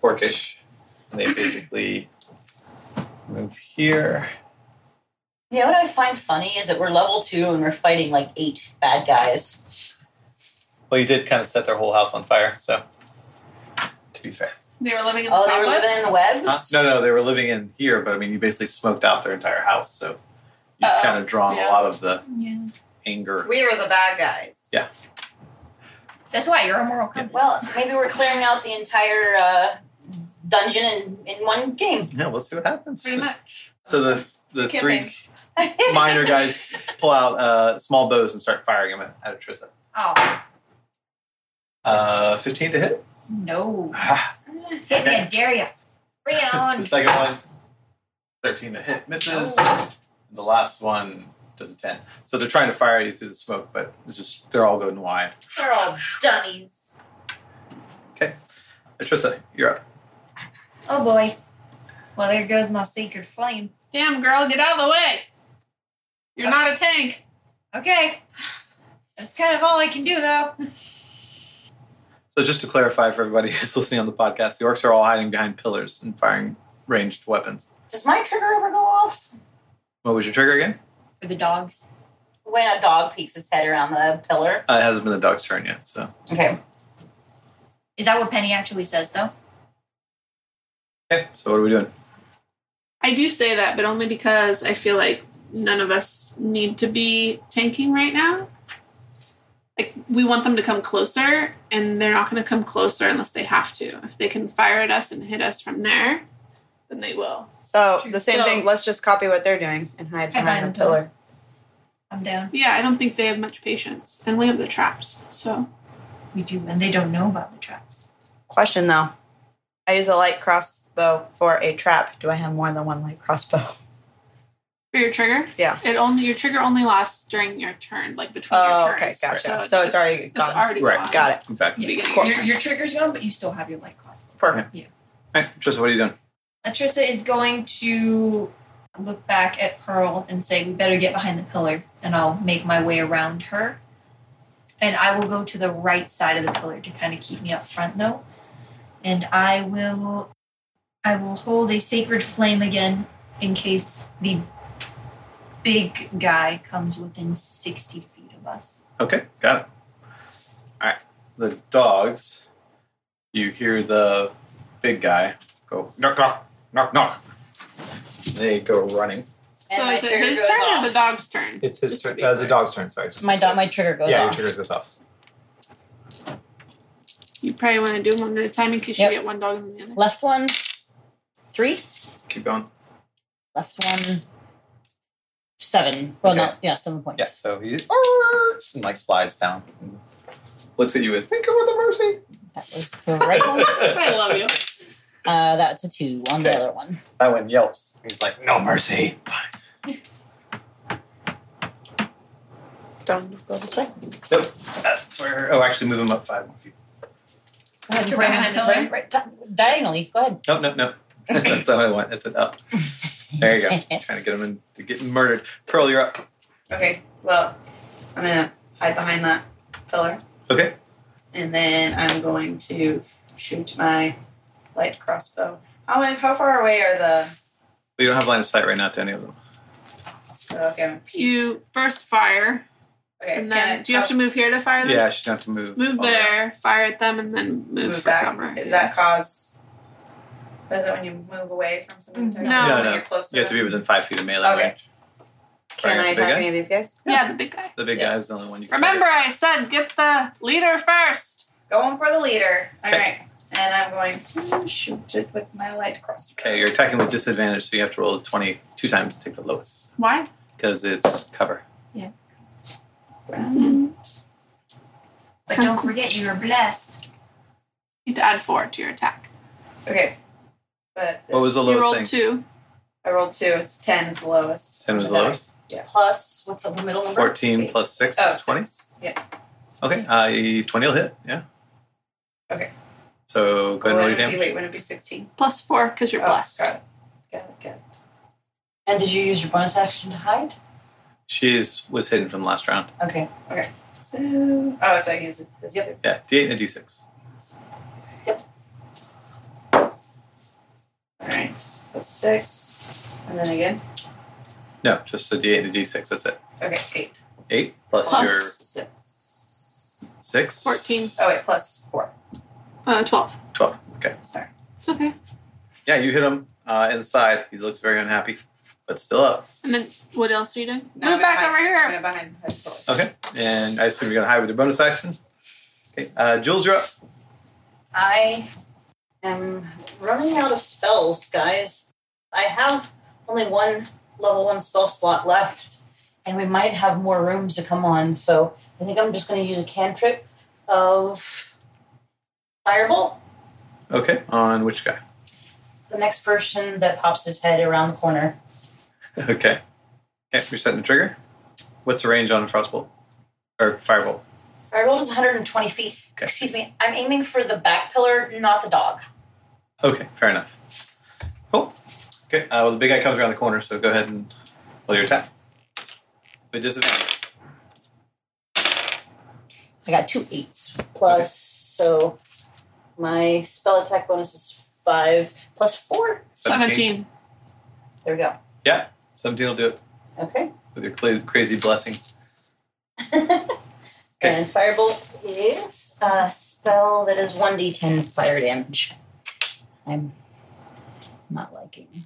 B: Orcish. And they basically move here.
D: [LAUGHS] You know what I find funny is that we're level two and we're fighting like eight bad guys.
B: Well, you did kind of set their whole house on fire. So, to be fair.
E: They were living in the
D: Oh, they were living in
E: cobwebs?
D: the webs?
B: Huh? No, no, they were living in here, but I mean, you basically smoked out their entire house, so you
E: Oh,
B: kind of drawn
E: yeah.
B: a lot of the
F: Yeah.
B: anger.
C: We were the bad guys.
B: Yeah.
F: That's why you're a moral compass.
D: Well, maybe we're clearing out the entire uh, dungeon in, in one game.
B: Yeah, we'll see what happens.
E: Pretty much.
B: So the the three
C: Campaign.
B: [LAUGHS] minor guys pull out uh, small bows and start firing them at, at Atrissa.
F: oh,
B: Uh, Fifteen to hit.
F: no.
B: Ah,
F: Hit me, I dare ya. Bring it on.
B: [LAUGHS] the second one, thirteen to hit, misses. The last one does a ten. So they're trying to fire at you through the smoke, but it's just they're all going wide.
C: They're all dummies.
B: Atrissa, you're up.
F: Oh boy. Well, there goes my sacred flame.
E: Damn girl, get out of the way. You're
D: Uh,
E: not a tank.
F: Okay. That's kind of all I can do though. [LAUGHS]
B: So just to clarify for everybody [LAUGHS] who's listening on the podcast, the orcs are all hiding behind pillars and firing ranged weapons.
D: Does my trigger ever go off?
B: What was your trigger again?
F: For the dogs.
D: When a dog peeks his head around the pillar.
B: Uh, it hasn't been the dog's turn yet, so
D: Okay.
F: Is that what Penny actually says though?
B: okay. So what are we doing?
E: I do say that, but only because I feel like none of us need to be tanking right now. Like we want them to come closer, and they're not gonna come closer unless they have to. If they can fire at us and hit us from there, then they will.
G: So the same
E: So-
G: thing. Let's just copy what they're doing.
C: Doing and hide
F: Hide
C: behind
F: behind
C: the
F: the
C: pillar.
F: I'm down.
E: Yeah, I don't think they have much patience. And we have the traps. So
F: We do, and they don't know about the traps.
D: Question though. I use a light crossbow for a trap. Do I have more than one light crossbow? [LAUGHS]
E: for your trigger,
D: Yeah.
E: it only your trigger only lasts during your turn, like between
D: Oh,
E: your turns.
D: okay, gotcha. So, it's, already
E: it's
D: gone.
E: already
B: Right.
E: gone.
D: Got it.
B: Exactly.
E: The beginning.
D: Cool.
F: Your, your trigger's gone, but you still have your light crossbow.
D: Perfect.
B: All right, Trisha, what are you doing?
F: Atrissa is going to look back at Pearl and say, "We better get behind the pillar," and I'll make my way around her. And I will go to the right side of the pillar to kind of keep me up front, though. And I will, I will hold a sacred flame again in case the big guy comes within sixty feet of us.
B: Okay, got it. All right, the dogs. You hear the big guy go knock, knock, knock, knock. They go running.
D: And
E: So
D: my
E: is it
D: trigger
E: his
D: goes
E: turn
D: off.
E: or the dog's turn?
B: It's his
E: Just to
B: turn.
E: be
B: Uh, the
E: clear.
B: dog's turn. Sorry, just
D: My dog, my trigger goes
B: yeah,
D: off.
B: your trigger goes off.
E: You probably want to do one at a time in case
D: Yep.
E: you get one dog and then the
D: [LAUGHS]
E: other.
D: Left one, three.
B: Keep going.
D: Left one, seven. Well, no,
B: Okay.
D: yeah, seven points.
B: Yeah, so he "Arrgh," and like slides down, and looks at you with "Think of the mercy."
D: That was the right [LAUGHS] one.
E: I love you.
D: Uh, that's a two on the
B: Okay.
D: other one.
B: That one yelps. He's like, "No mercy."
D: Don't go this way.
B: Nope. That's where. Oh, actually, move him up five more feet.
D: Go ahead.
F: You're
D: bring
F: behind
D: it-
F: the
D: bring
F: line?
D: it right di- diagonally. Go ahead.
B: Nope, nope, nope. [LAUGHS] That's not what I want. That's an up. There you go. Trying to get him in, to get murdered. Pearl, you're up.
C: Okay, well, I'm gonna hide behind that pillar.
B: Okay.
C: And then I'm going to shoot my light crossbow. How, am- how far away are the.
B: We don't have line of sight right now to any of them.
C: So, okay. I'm-
E: You first fire,
C: okay
E: and
C: can
E: then
C: I-
E: do you have to move here to fire them?
B: Yeah, she's gonna have to move.
E: Move
B: all the way up.
E: there, fire at them, and then move,
C: move
E: for
C: back?
E: cover.
C: Does that cause? Was it when you move away from something?
E: Mm-hmm. No. No,
C: when
B: no.
C: you're close. To
B: You have to be
C: them?
B: within five feet of melee
C: Okay.
B: range. Fire
C: Can I
B: at the big
C: attack
B: guy?
C: any of these guys?
E: Yeah, the big guy.
B: The big
C: Yeah.
B: guy is the only one you can
E: Remember, I said get the leader first.
C: Going for the leader. All
B: Okay.
C: right, and I'm going to shoot it with my light crossbow.
B: Okay, you're attacking with disadvantage, so you have to roll a 20 two times to take the lowest
E: Why?
B: because it's cover.
C: And
F: But don't forget, you are blessed.
E: You need to add four to your attack.
C: Okay. But
B: What was the
E: you rolled
B: lowest thing?
E: two.
C: I rolled two. It's ten is the lowest.
B: 10 was the
C: Okay.
B: lowest.
D: Plus, what's up the middle number?
B: 14 plus 6
C: Oh,
B: is 20.
C: six. Yeah.
B: Okay, uh, 20 will hit, yeah.
C: Okay.
B: So go ahead and roll your
C: Wouldn't it be-
B: damage.
C: Wait, wouldn't it be sixteen?
E: Plus four because you're
C: Oh,
E: blessed.
C: Got it. Got it. Got it.
D: And did you use your bonus action to hide?
B: She is, was hidden from the last round.
D: Okay.
C: So, oh, so I can use it this
D: Yep.
C: too.
B: Yeah, D8 and a D6.
C: All right. That's six, and then again.
B: No, just a D8 and a D6, that's it.
C: Okay, eight
B: 8 plus,
E: Plus-
B: your
C: six.
B: 6.
E: 14.
C: Oh wait, plus four.
E: Uh, 12.
B: 12, okay.
C: Sorry.
E: It's okay.
B: Yeah, you hit him uh, inside. He looks very unhappy, but still up.
E: And then what else are you doing?
C: No,
E: Move
C: I'm
E: back
C: behind-
E: over here.
C: I'm behind the pillar.
B: Okay, and I assume you're going to hide with your bonus action. Okay, uh, Jules, you're up.
D: I am running out of spells, guys. I have only one level one spell slot left, and we might have more rooms to come on. So I think I'm just going to use a cantrip of firebolt.
B: Okay, on which guy?
D: The next person that pops his head around the corner,
B: Okay. Okay, you're setting the trigger. What's the range on a frostbolt? Or firebolt?
D: firebolt is 120 feet.
B: Okay.
D: Excuse me, I'm aiming for the back pillar, not the dog.
B: Okay, fair enough. Cool. Okay, uh, well, the big guy comes around the corner, so go ahead and roll your attack. With disadvantage.
D: I got two eights plus, so my spell attack bonus is five plus four.
E: 17.
D: There we go.
B: 17 will do it
D: Okay.
B: with your cla- crazy blessing.
D: And Firebolt is a spell that is 1d10 fire damage. I'm not liking.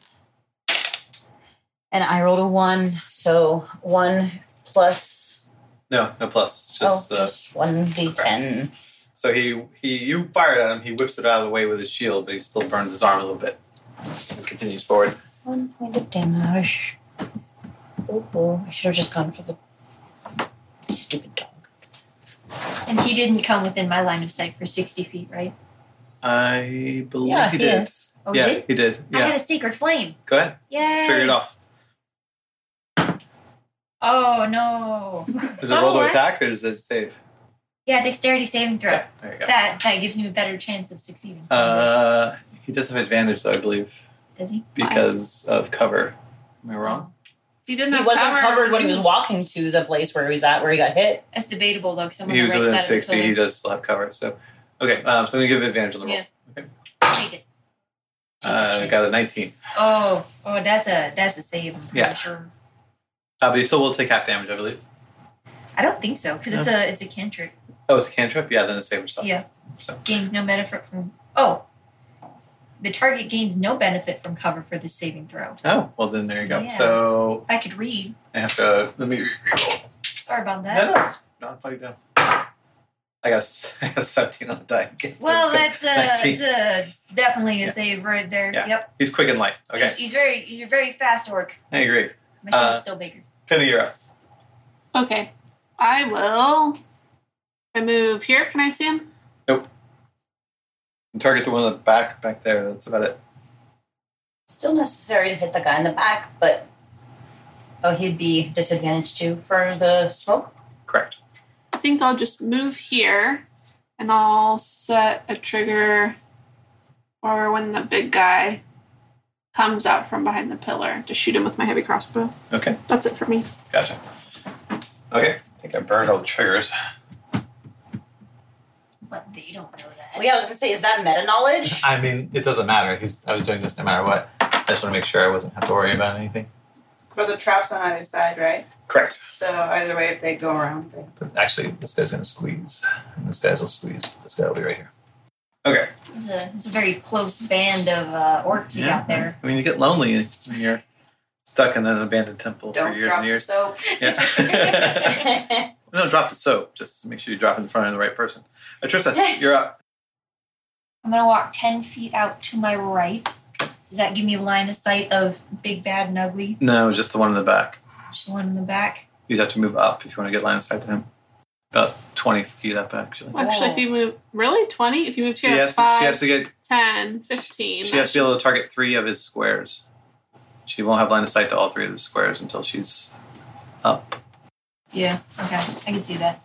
D: And I rolled a 1, so 1 plus.
B: No, no plus. It's just,
D: oh,
B: uh,
D: just 1d10.
B: so he, he you fired at him, he whips it out of the way with his shield, but he still burns his arm a little bit. And continues forward.
D: 1 point of damage. Oh, oh, I should have just gone for the stupid dog.
F: And he didn't come within my line of sight for 60 feet, right?
B: I believe
D: yeah,
B: he
D: he
B: did.
D: is.
F: Oh,
B: yeah,
F: did?
B: he did.
F: I
B: Yeah.
F: had a sacred flame.
B: Go ahead.
F: Yay.
B: Trigger it off.
F: Oh, no.
B: Is it roll to
H: Alright.
B: attack or does it save?
F: Yeah, dexterity saving throw.
B: Yeah, there you go.
F: That that gives me a better chance of succeeding. on
B: Uh, he does have advantage though, I believe,
F: this, Does he?
B: because of cover. Am I wrong?
E: He didn't.
D: He
E: have
D: wasn't
E: power.
D: covered when he was walking to the place where he was at, where he got hit.
F: That's debatable, though, because I'm on
B: he
F: the
B: was
F: right
B: within
F: side of the
B: 60. He
F: building.
B: does still have cover. So, okay. Um, so I'm going to give advantage on the roll.
F: Yeah.
B: Okay.
F: Take it. Take
B: Uh,
F: the
B: got a
F: chance.
B: 19.
F: Oh, oh, that's a that's a save. I'm pretty
B: Yeah.
F: sure.
B: Uh, but you still will take half damage, I believe.
F: I don't think so because it's a it's a cantrip.
B: Oh, it's a cantrip? Yeah, then it's save yourself.
F: Yeah.
B: So-
F: Gains no benefit from. Oh. The target gains no benefit from cover for this saving throw.
B: Oh, well, then there you go.
F: Yeah.
B: So
F: If I could read.
B: I have to, let me re- re-roll.
F: Sorry about that.
B: No, no, it's not plugged down. I got, s- [LAUGHS] I got a 17 on the die. [LAUGHS] So
F: Well,
B: it's good.
F: that's uh, a,
B: 19.
F: that's a definitely a
B: Yeah.
F: save right there.
B: Yeah.
F: Yep.
B: He's quick and light. Okay.
F: He's very he's a very fast orc.
B: I agree.
F: My shield's
B: Uh,
F: still bigger.
B: Penny, you're up.
E: Okay. I will. I move here. Can I see him?
B: And target the one in the back, back there. That's about it.
D: Still necessary to hit the guy in the back, but oh, he'd be disadvantaged too for the smoke.
B: Correct.
E: I think I'll just move here, and I'll set a trigger, or when the big guy comes out from behind the pillar to shoot him with my heavy crossbow.
B: Okay.
E: That's it for me.
B: Gotcha. Okay. I think I burned all the triggers.
F: But they don't know that.
D: Well, yeah, I was gonna say, is that meta
B: [LAUGHS]
D: knowledge? [LAUGHS]
B: I mean, it doesn't matter. He's, I was doing this no matter what. I just want to make sure I wasn't have to worry about anything.
C: For the traps on either side, right?
B: Correct.
C: So either way, if they go around, they
B: But actually, this guy's going to squeeze. And this guy's will squeeze. But this guy will be right here. Okay.
F: It's a, it's a very close band of uh, orcs you got there.
B: I mean, you get lonely when you're stuck in an abandoned temple
C: don't
B: for years
C: drop
B: and years.
C: the soap.
B: Yeah. [LAUGHS] no, drop the soap. Just make sure you drop it in front of the right person. Uh,
C: [LAUGHS]
B: Trista, you're up.
F: I'm gonna walk ten feet out to my right. Does that give me line of sight of big bad and ugly?
B: No, just the one in the back.
F: Just the one in the back.
B: You'd have to move up if you want to get line of sight to him. About 20 feet up, actually.
E: Actually, if you move really twenty, if you move
B: She
E: here,
B: has,
E: that's
B: to, she
E: five,
B: has to get.
E: 10, 15.
B: She has to be able to target three of his squares. She won't have line of sight to all three of the squares until she's up.
F: Yeah. Okay. I can see that.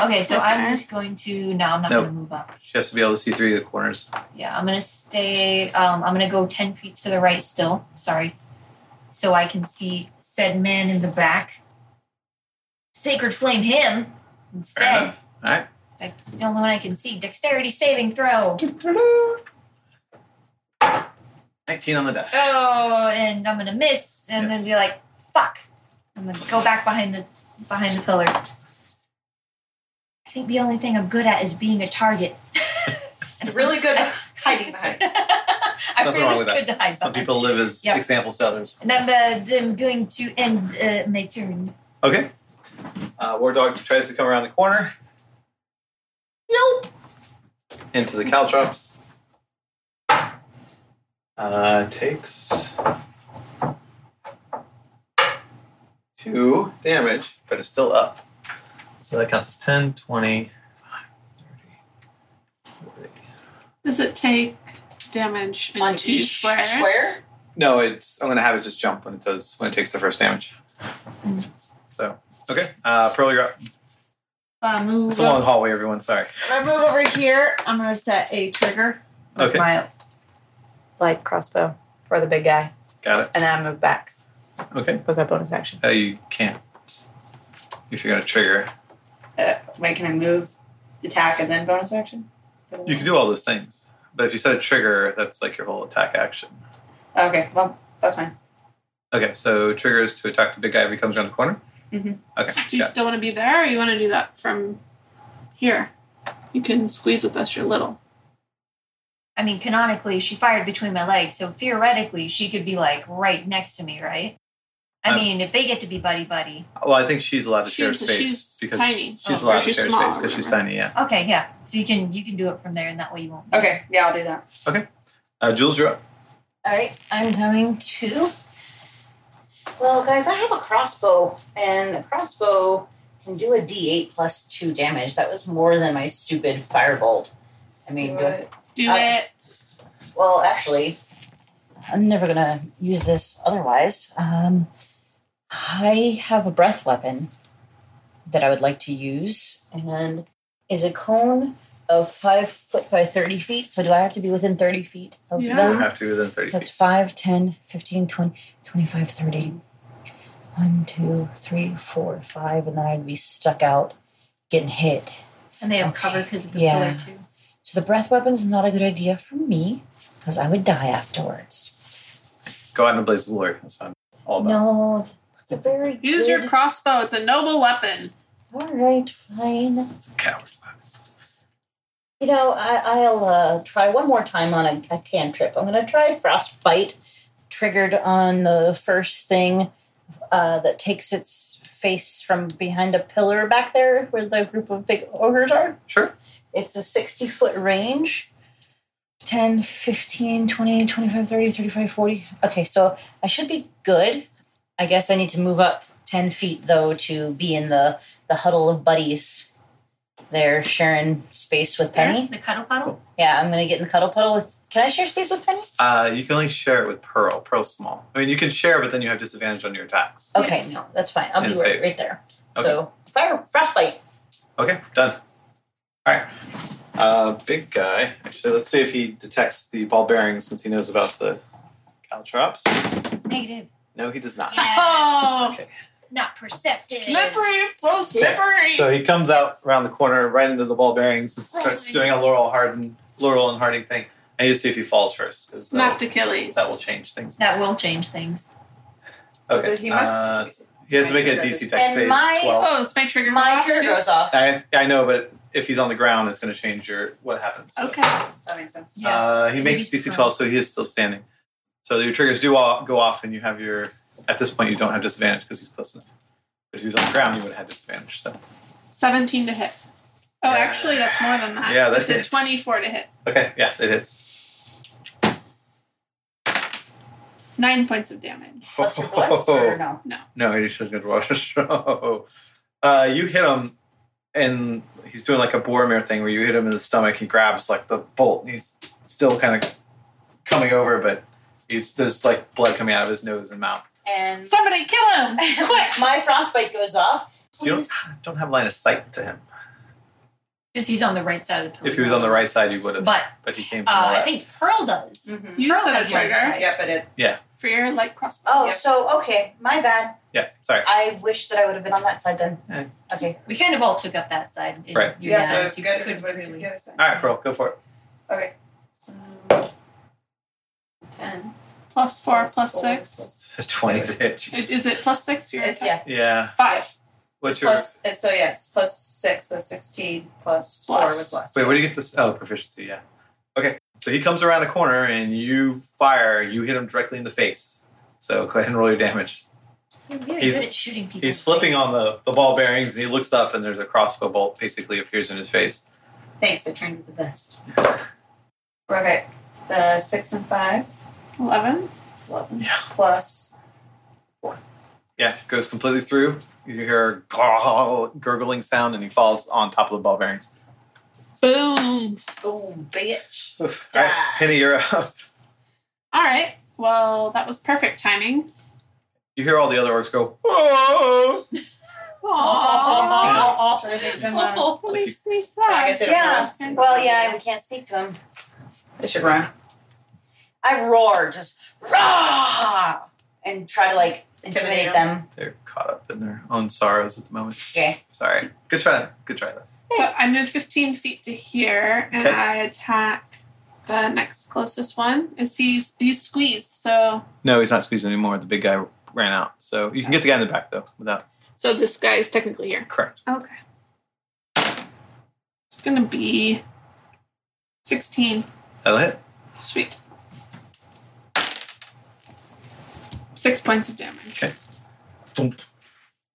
F: Okay, so
E: Okay.
F: I'm just going to no, I'm not
B: Nope.
F: gonna move up.
B: She has to be able to see three of the corners.
F: Yeah, I'm gonna stay um, I'm gonna go ten feet to the right still, sorry. So I can see said man in the back. Sacred flame him instead.
B: enough. All right.
F: That's the only one I can see. Dexterity saving throw.
B: 19 on the die.
F: oh, and I'm gonna miss,
B: Yes.
F: and I'm gonna be like, fuck. I'm gonna go back behind the behind the pillar. I think the only thing I'm good at is being a target. [LAUGHS]
C: Really good at hiding behind.
F: I'm
B: Nothing wrong with that.
F: good at hide
B: Some
F: behind.
B: people live as
F: Yep.
B: examples to others.
F: And I'm, uh, I'm going to end uh, my turn.
B: Okay. Uh, War Dog tries to come around the corner. Nope. Into the caltrops. Uh, takes two damage, but it's still up. So that counts as 10, 20, 30, 40.
E: Does it take damage in
D: On
E: two
D: each
E: squares?
D: square?
B: No, it's I'm gonna have it just jump when it does when it takes the first damage. So okay. Uh Pearl, you're up.
G: I move,
B: It's a long hallway, everyone, sorry.
G: I move over here. I'm going to set a trigger with
B: Okay.
G: my light crossbow for the big guy.
B: Got
G: And then I move back
B: it. Okay.
G: with my bonus action.
B: Uh, you can't. If you're gonna trigger,
C: Uh, wait, can I move, attack, and then bonus action?
B: you can do all those things. But if you set a trigger, that's like your whole attack action.
C: Okay, well, that's fine.
B: Okay, so trigger is to attack the big guy if he comes around the corner.
E: Mm-hmm.
C: Mhm.
B: Okay.
E: Do you
B: yeah.
E: still want to be there, or you want to do that from here? You can squeeze with us. You're little.
F: I mean, canonically, she fired between my legs, so theoretically, she could be like right next to me, right? I
B: Um,
F: mean, if they get to be buddy buddy.
B: Well, I think she's allowed to share
E: She's-
B: space
E: she's
B: because
E: tiny.
B: she's
E: Oh,
B: allowed
E: or
B: to
E: she's
B: share
E: small,
B: space because she's
E: remember.
B: tiny. Yeah.
F: Okay, yeah. So you can you can do it from there, and that way you won't.
C: Okay, yeah, I'll do that.
B: Uh, Jules, you're up.
D: All right, I'm going to. Well, guys, I have a crossbow, and a crossbow can do a D8 plus two damage. That was more than my stupid firebolt. I mean, do I-
E: Do
D: I-
E: it.
D: well, actually, I'm never gonna use this otherwise. Um, I have a breath weapon that I would like to use, and is a cone of five foot by 30 feet. So, do I have to be within 30 feet of
E: Yeah.
B: You
D: them?
B: have to be within 30
D: So that's
B: feet.
D: 5, 10, 15, 20, 25, 30. 1, 2, 3, 4, 5, and then I'd be stuck out getting hit.
F: And they have
D: Okay,
F: cover because of the
D: yeah.
F: pillar too.
D: So the breath weapon is not a good idea for me because I would die afterwards.
B: Go out in the blaze of glory. That's what I'm all about.
D: No, it's a very
E: Use your
D: good-
E: crossbow. It's a noble weapon.
D: All right, fine.
B: It's a coward.
D: You know, I, I'll uh, try one more time on a, a cantrip. I'm going to try frostbite, triggered on the first thing uh, that takes its face from behind a pillar back there where the group of big ogres are.
B: Sure.
D: It's a 60 foot range 10, 15, 20, 25, 30, 35, 40. Okay, so I should be good. I guess I need to move up 10 feet though to be in the, the huddle of buddies there sharing space with Penny.
F: There, The cuddle puddle.
D: Yeah, I'm gonna get in the cuddle puddle with. Can I share space with Penny?
B: Uh, you can only share it with Pearl. Pearl's small. I mean, you can share, but then you have disadvantage on your attacks.
D: Okay, no, that's fine. I'll
B: And
D: be right,
B: saves.
D: right there. So fire frostbite.
B: Okay, done. All right. Uh, big guy. Actually, let's see if he detects the ball bearings since he knows about the caltrops.
H: Negative.
B: No, he does not.
H: Yes.
E: Oh,
B: Okay.
H: Not perceptive.
E: slippery, so slippery.
B: So he comes out around the corner, right into the ball bearings, and
H: Rolls
B: starts
H: me.
B: doing a Laurel Harden, Laurel and Harding thing. I need to see if he falls first. 'cause
E: Snapped
B: that'll-
E: Achilles.
B: That will change things.
F: That will change things.
B: Okay.
C: So he must-
B: uh, he has to make a DC deck
D: And
B: save.
D: my-
B: 12.
E: Oh, is my trigger
D: My
E: off,
D: trigger
E: too?
D: goes off.
B: I, I know, but if he's on the ground, it's going to change your what happens. so.
E: Okay.
C: That makes sense.
F: Yeah.
B: Uh, he
F: So
B: makes
F: he's
B: DC
F: prone.
B: 12, so he is still standing. So your triggers do all go off, and you have your. At this point, you don't have disadvantage because he's close enough. But if he was on the ground, you would have had disadvantage. So
E: 17 to hit. Oh, actually, that's more than that.
B: Yeah, that
E: It's a
B: hits.
E: 24 to hit.
B: okay, yeah, it hits.
E: Nine points of damage.
D: Plus your bless or no?
B: No, he just was going to watch the [LAUGHS] show. Uh, you hit him, and he's doing like a Boromir thing where you hit him in the stomach. He grabs like the bolt, and he's still kind of coming over, but he's there's like blood coming out of his nose and mouth.
D: [LAUGHS] And
E: Somebody kill him! Quick!
D: my frostbite goes off.
B: You don't,
D: Please.
B: don't have line of sight to him.
F: Because he's on the right side of the pillar.
B: If he was on the right side, you would have,
F: Oh. But
B: but he came from the
F: uh, I
B: left.
F: think Pearl does.
C: Mm-hmm.
E: You
F: Pearl
E: set a
F: has line of
E: trigger
F: sight.
C: Yep, I did.
E: for your light crossbow.
D: Oh,
C: Yep.
D: so okay, my bad.
B: Yeah, sorry.
D: I wish that I would have been on that side then.
B: Yeah.
D: Okay,
F: We kind of all took up that side. in
B: Right.
F: your
C: Yeah, so
F: guys.
C: it's
F: You
C: good
F: couldn't
C: because what if you do
F: really-
C: the other side?
B: All right, Pearl, go for it.
C: Okay. So, 10.
E: Plus four, plus,
C: plus
E: plus
C: four,
E: six.
C: plus-
B: [LAUGHS] It's 20 to hit.
E: Is,
B: Jesus.
E: is it plus six? You're
C: It's-
E: right.
D: yeah.
B: Yeah.
E: Five.
B: What's your.
C: plus, uh, so yes, plus six, so 16, plus, four
E: Plus.
C: with plus.
B: Wait, where do you get this? Oh, proficiency, yeah. Okay. So he comes around a corner and you fire, you hit him directly in the face. So go ahead and roll your damage.
F: You're really
B: He's-
F: good at shooting people.
B: He's slipping on the, the ball bearings and he looks up and there's a crossbow bolt basically appears in his face.
C: Thanks, I trained with the best. Okay, the six and five,
E: Eleven.
C: 11,
B: Yeah.
C: plus,
B: Yeah, goes completely through. You hear a gurgle- gurgling sound and he falls on top of the ball bearings.
E: Boom.
C: boom, bitch.
B: All right, Penny, you're up.
E: All right. Well, that was perfect timing.
B: You hear all the other orcs go, "Oh, whoa!
E: Aw.
C: Should I take them out?
E: Oh, makes me sad.
C: guess it
D: Yeah.
C: was.
D: Well, yeah, we can't speak to him.
C: They should run.
D: I roar, just rah, and try to like
C: Intimidate
D: intimidate
C: 'em.
D: them.
B: They're caught up in their own sorrows at the moment.
D: Okay.
B: Sorry. Good try. Good try, though.
E: So I move 15 feet to here, and
B: Okay.
E: I attack the next closest one. Is he's he's squeezed, so
B: No, he's not squeezing anymore. The big guy ran out. So you can get the guy in the back, though, without.
E: so this guy is technically here.
B: Correct.
E: Okay. It's gonna be 16.
B: That'll hit.
E: Sweet. Six points of damage.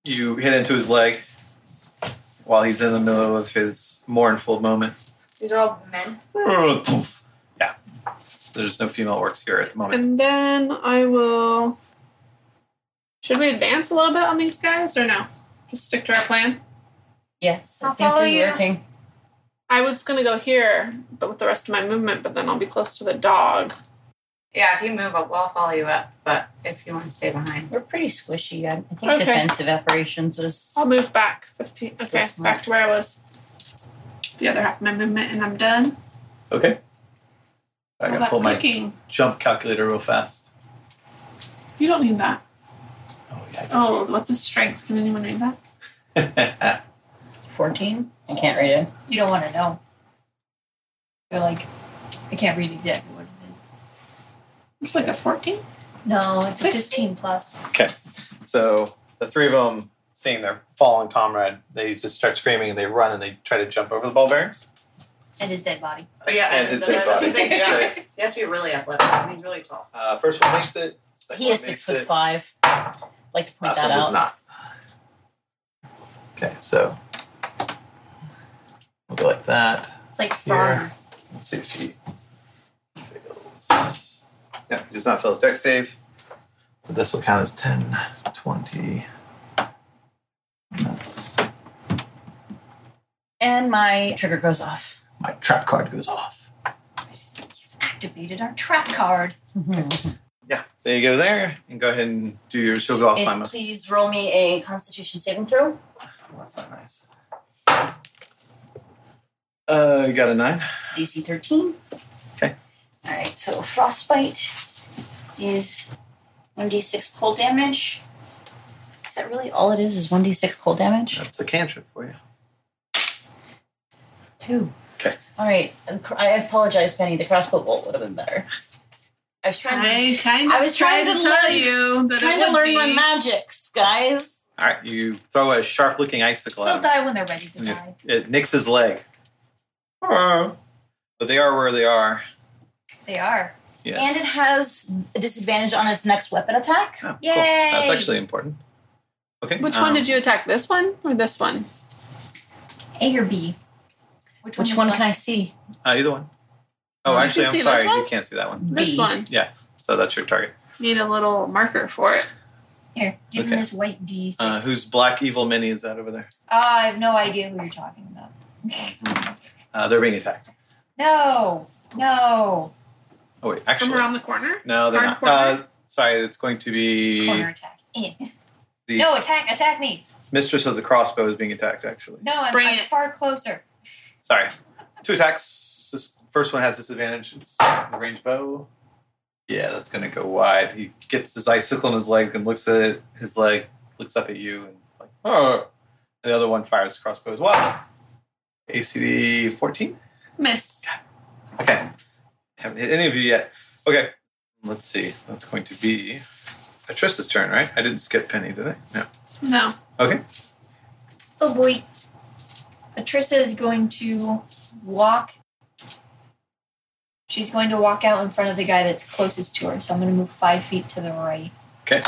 B: You hit into his leg while he's in the middle of his mournful moment.
C: These are all men.
B: [LAUGHS] yeah. There's no female orcs here at the moment.
E: And then I will. Should we advance a little bit on these guys or no? Just stick to our plan.
D: Yes, that
H: I'll
D: seems to
H: follow
D: be
H: you.
D: working.
E: I was gonna go here, but with the rest of my movement, but then I'll be close to the dog.
C: Yeah, if you move up, I'll follow you up. But if you want to stay behind,
D: We're pretty squishy. I, I think
E: Okay.
D: defensive operations is.
E: I'll move back 15. Okay,
D: This one.
E: back to where I was. The other half of my movement, and I'm done.
B: Okay. I
E: All
B: gotta
E: that
B: pull my
E: clicking.
B: jump calculator real fast.
E: You don't need that.
B: Oh, yeah.
E: Oh, what's his strength? Can anyone read that?
B: I
D: 14? I can't read it.
F: You don't want to know. You're like, I can't read exactly what it is.
E: It's like a 14.
F: No, it's a
E: 16.
F: 15 plus.
B: did. [LAUGHS] so the three of them, seeing their fallen comrade, they just start screaming and they run and they try to jump over the ball bearings.
F: And his dead body.
C: but Oh, yeah,
B: And his
C: that's,
B: dead
C: that's
B: body.
C: a big jump.
B: Okay.
C: He has to be really athletic. and He's really tall.
B: Uh, first one makes it. second
D: He is
B: one
D: six
B: makes
D: foot
B: it,
D: five. like to point
B: Last one
D: that out.
B: does not. Okay, so we'll go like that.
F: It's like frog.
B: Here. Let's see if he fails. Yeah, he does not fail his deck save. But this will count as 10, 20. And That's
D: And my trigger goes off.
B: my trap card goes off.
F: You've activated our trap card.
B: Yeah, there you go there. And go ahead and do your she'll go off
D: And
B: Simon.
D: please roll me a constitution saving throw.
B: Well, that's not nice. Uh you got a nine.
D: DC 13.
B: Okay.
D: All right, so frostbite is 1d6 cold damage. Is that really all it is? Is 1d6 cold damage?
B: That's a cantrip for you.
D: Two.
B: Okay.
D: All right. and cr- I apologize, Penny. The crossbow bolt would have been better. I was trying to,
E: I kind of
D: I was trying
E: tried
D: to
E: tell
D: learn-
E: you that
D: trying
E: it
D: to
E: would
D: learn
E: be.
D: my magics, guys.
B: Alright, you throw a sharp looking icicle
F: They'll
B: at him.
F: die when they're ready to
B: Yeah.
F: die.
B: It nicks his leg. Oh. But they are where they are.
F: They are.
B: Yes.
D: And it has a disadvantage on its next weapon attack.
B: Oh,
F: Yay!
B: Cool. That's actually important. Okay. um,
E: Which one did you attack? This one or this one?
F: A or B? Which
D: Which
F: is
D: one
F: less-
D: can I see?
B: Uh, either one. Oh,
E: You
B: actually,
E: can see
B: I'm
E: this
B: sorry.
E: one?
B: You can't see that one.
E: This
D: B.
E: one.
B: So that's your target.
E: Need a little marker for it.
F: Here, give me
B: Okay.
F: this white D6.
B: Uh, whose black evil mini is that over there?
F: Ah, I have no idea who you're talking about.
B: Uh, they're being attacked.
F: No, no.
B: Oh wait,
E: From
B: actually,
E: around the corner.
B: no, they're
E: Hard
B: not. Uh, sorry, it's going to be
F: Corner attack. Eh.
B: the
F: No, attack, attack me.
B: mistress of the crossbow is being attacked. Actually,
F: No, I'm,
E: Bring
F: I'm
E: it.
F: far closer.
B: sorry. Two attacks. This first one has disadvantage. It's the range bow. Yeah, that's gonna go wide. He gets his icicle in his leg and looks at it. His leg looks up at you and like, oh. The other one fires the crossbow as well. ACD fourteen.
E: Miss.
B: Okay. Haven't hit any of you yet. Okay. Let's see. That's going to be Atrista's turn, right? I didn't skip Penny, did I? No.
E: No.
B: Okay.
F: Oh boy. Atrissa is going to walk. She's going to walk out in front of the guy that's closest to her. So I'm going to move five feet to the right.
B: Okay.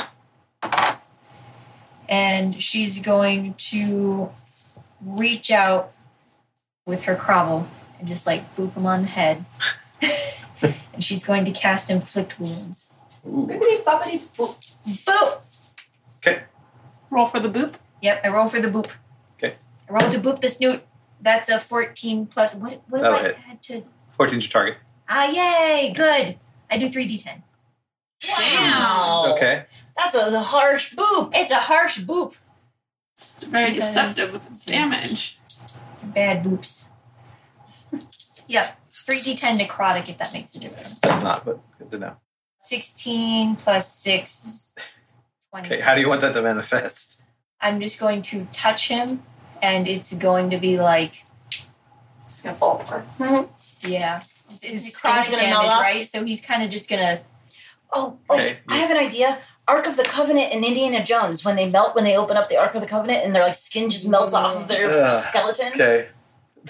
F: And she's going to reach out with her crobble and just like boop him on
B: [LAUGHS]
F: the head. and she's going to cast inflict wounds.
B: Ooh.
F: Boop!
E: Roll for the boop.
F: Yep, I roll for the boop.
B: Okay.
F: I rolled to boop the snoot. That's a 14 plus. What, what do
B: That'll
F: I
B: hit.
F: add to
B: 14's your target.
F: Ah, yay! Good. I do 3d10.
D: Wow.
B: Okay.
D: That's a, a harsh boop.
F: It's a harsh boop.
E: It's very
F: Because-
E: deceptive with its damage.
F: Bad boops. [LAUGHS] yep. 3d10 necrotic, if that makes a difference.
B: That's not, but good to know.
F: 16 plus 6 is 20.
B: Okay. How do you want that to manifest?
F: I'm just going to touch him, and it's going to be like,
C: Just gonna fall apart.
F: yeah. It's,
D: His
F: it's
D: skin's
F: necrotic
D: gonna melt
F: damage,
D: off?
F: right? So he's kind of just going to.
D: Oh, oh
B: Okay.
D: I have an idea. Ark of the Covenant in Indiana Jones, when they melt, when they open up the Ark of the Covenant and their like skin just melts off of their
B: Ugh.
D: skeleton.
B: Okay. [LAUGHS]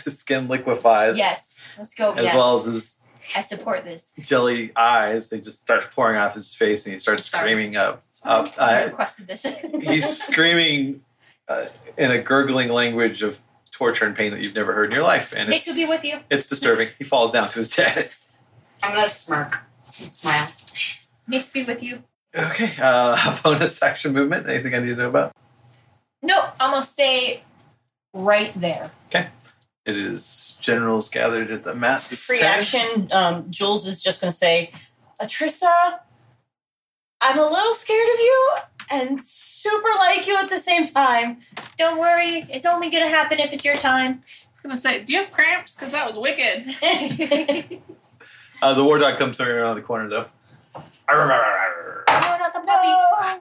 B: The skin liquefies.
F: Yes. Let's go.
B: As
F: yes.
B: well as his
F: I support this.
B: jelly eyes, they just start pouring off his face and he starts
F: Sorry.
B: screaming up.
F: I
B: up
F: [LAUGHS]
B: uh,
F: requested
B: [LAUGHS]
F: this.
B: he's screaming uh, in a gurgling language of torture and pain that you've never heard in your life. And
F: Nick
B: it's
F: will be with you.
B: It's disturbing. He falls down to his [LAUGHS] death.
C: I'm gonna smirk and smile.
F: Nick will be with you.
B: Okay. [LAUGHS] Uh, bonus action movement. Anything I need to know about?
F: No, I'm gonna stay
G: right there.
B: It is generals gathered at the masses.
D: Free
B: tent.
D: action. Um, Jules is just going to say, Atrissa, I'm a little scared of you and super like you at the same time.
C: [LAUGHS]
H: Don't worry, it's only gonna happen if it's your time.
E: was gonna say, do you have cramps? Because that was wicked.
B: Uh, the war dog comes around the corner though,
H: No, not the puppy.
D: no.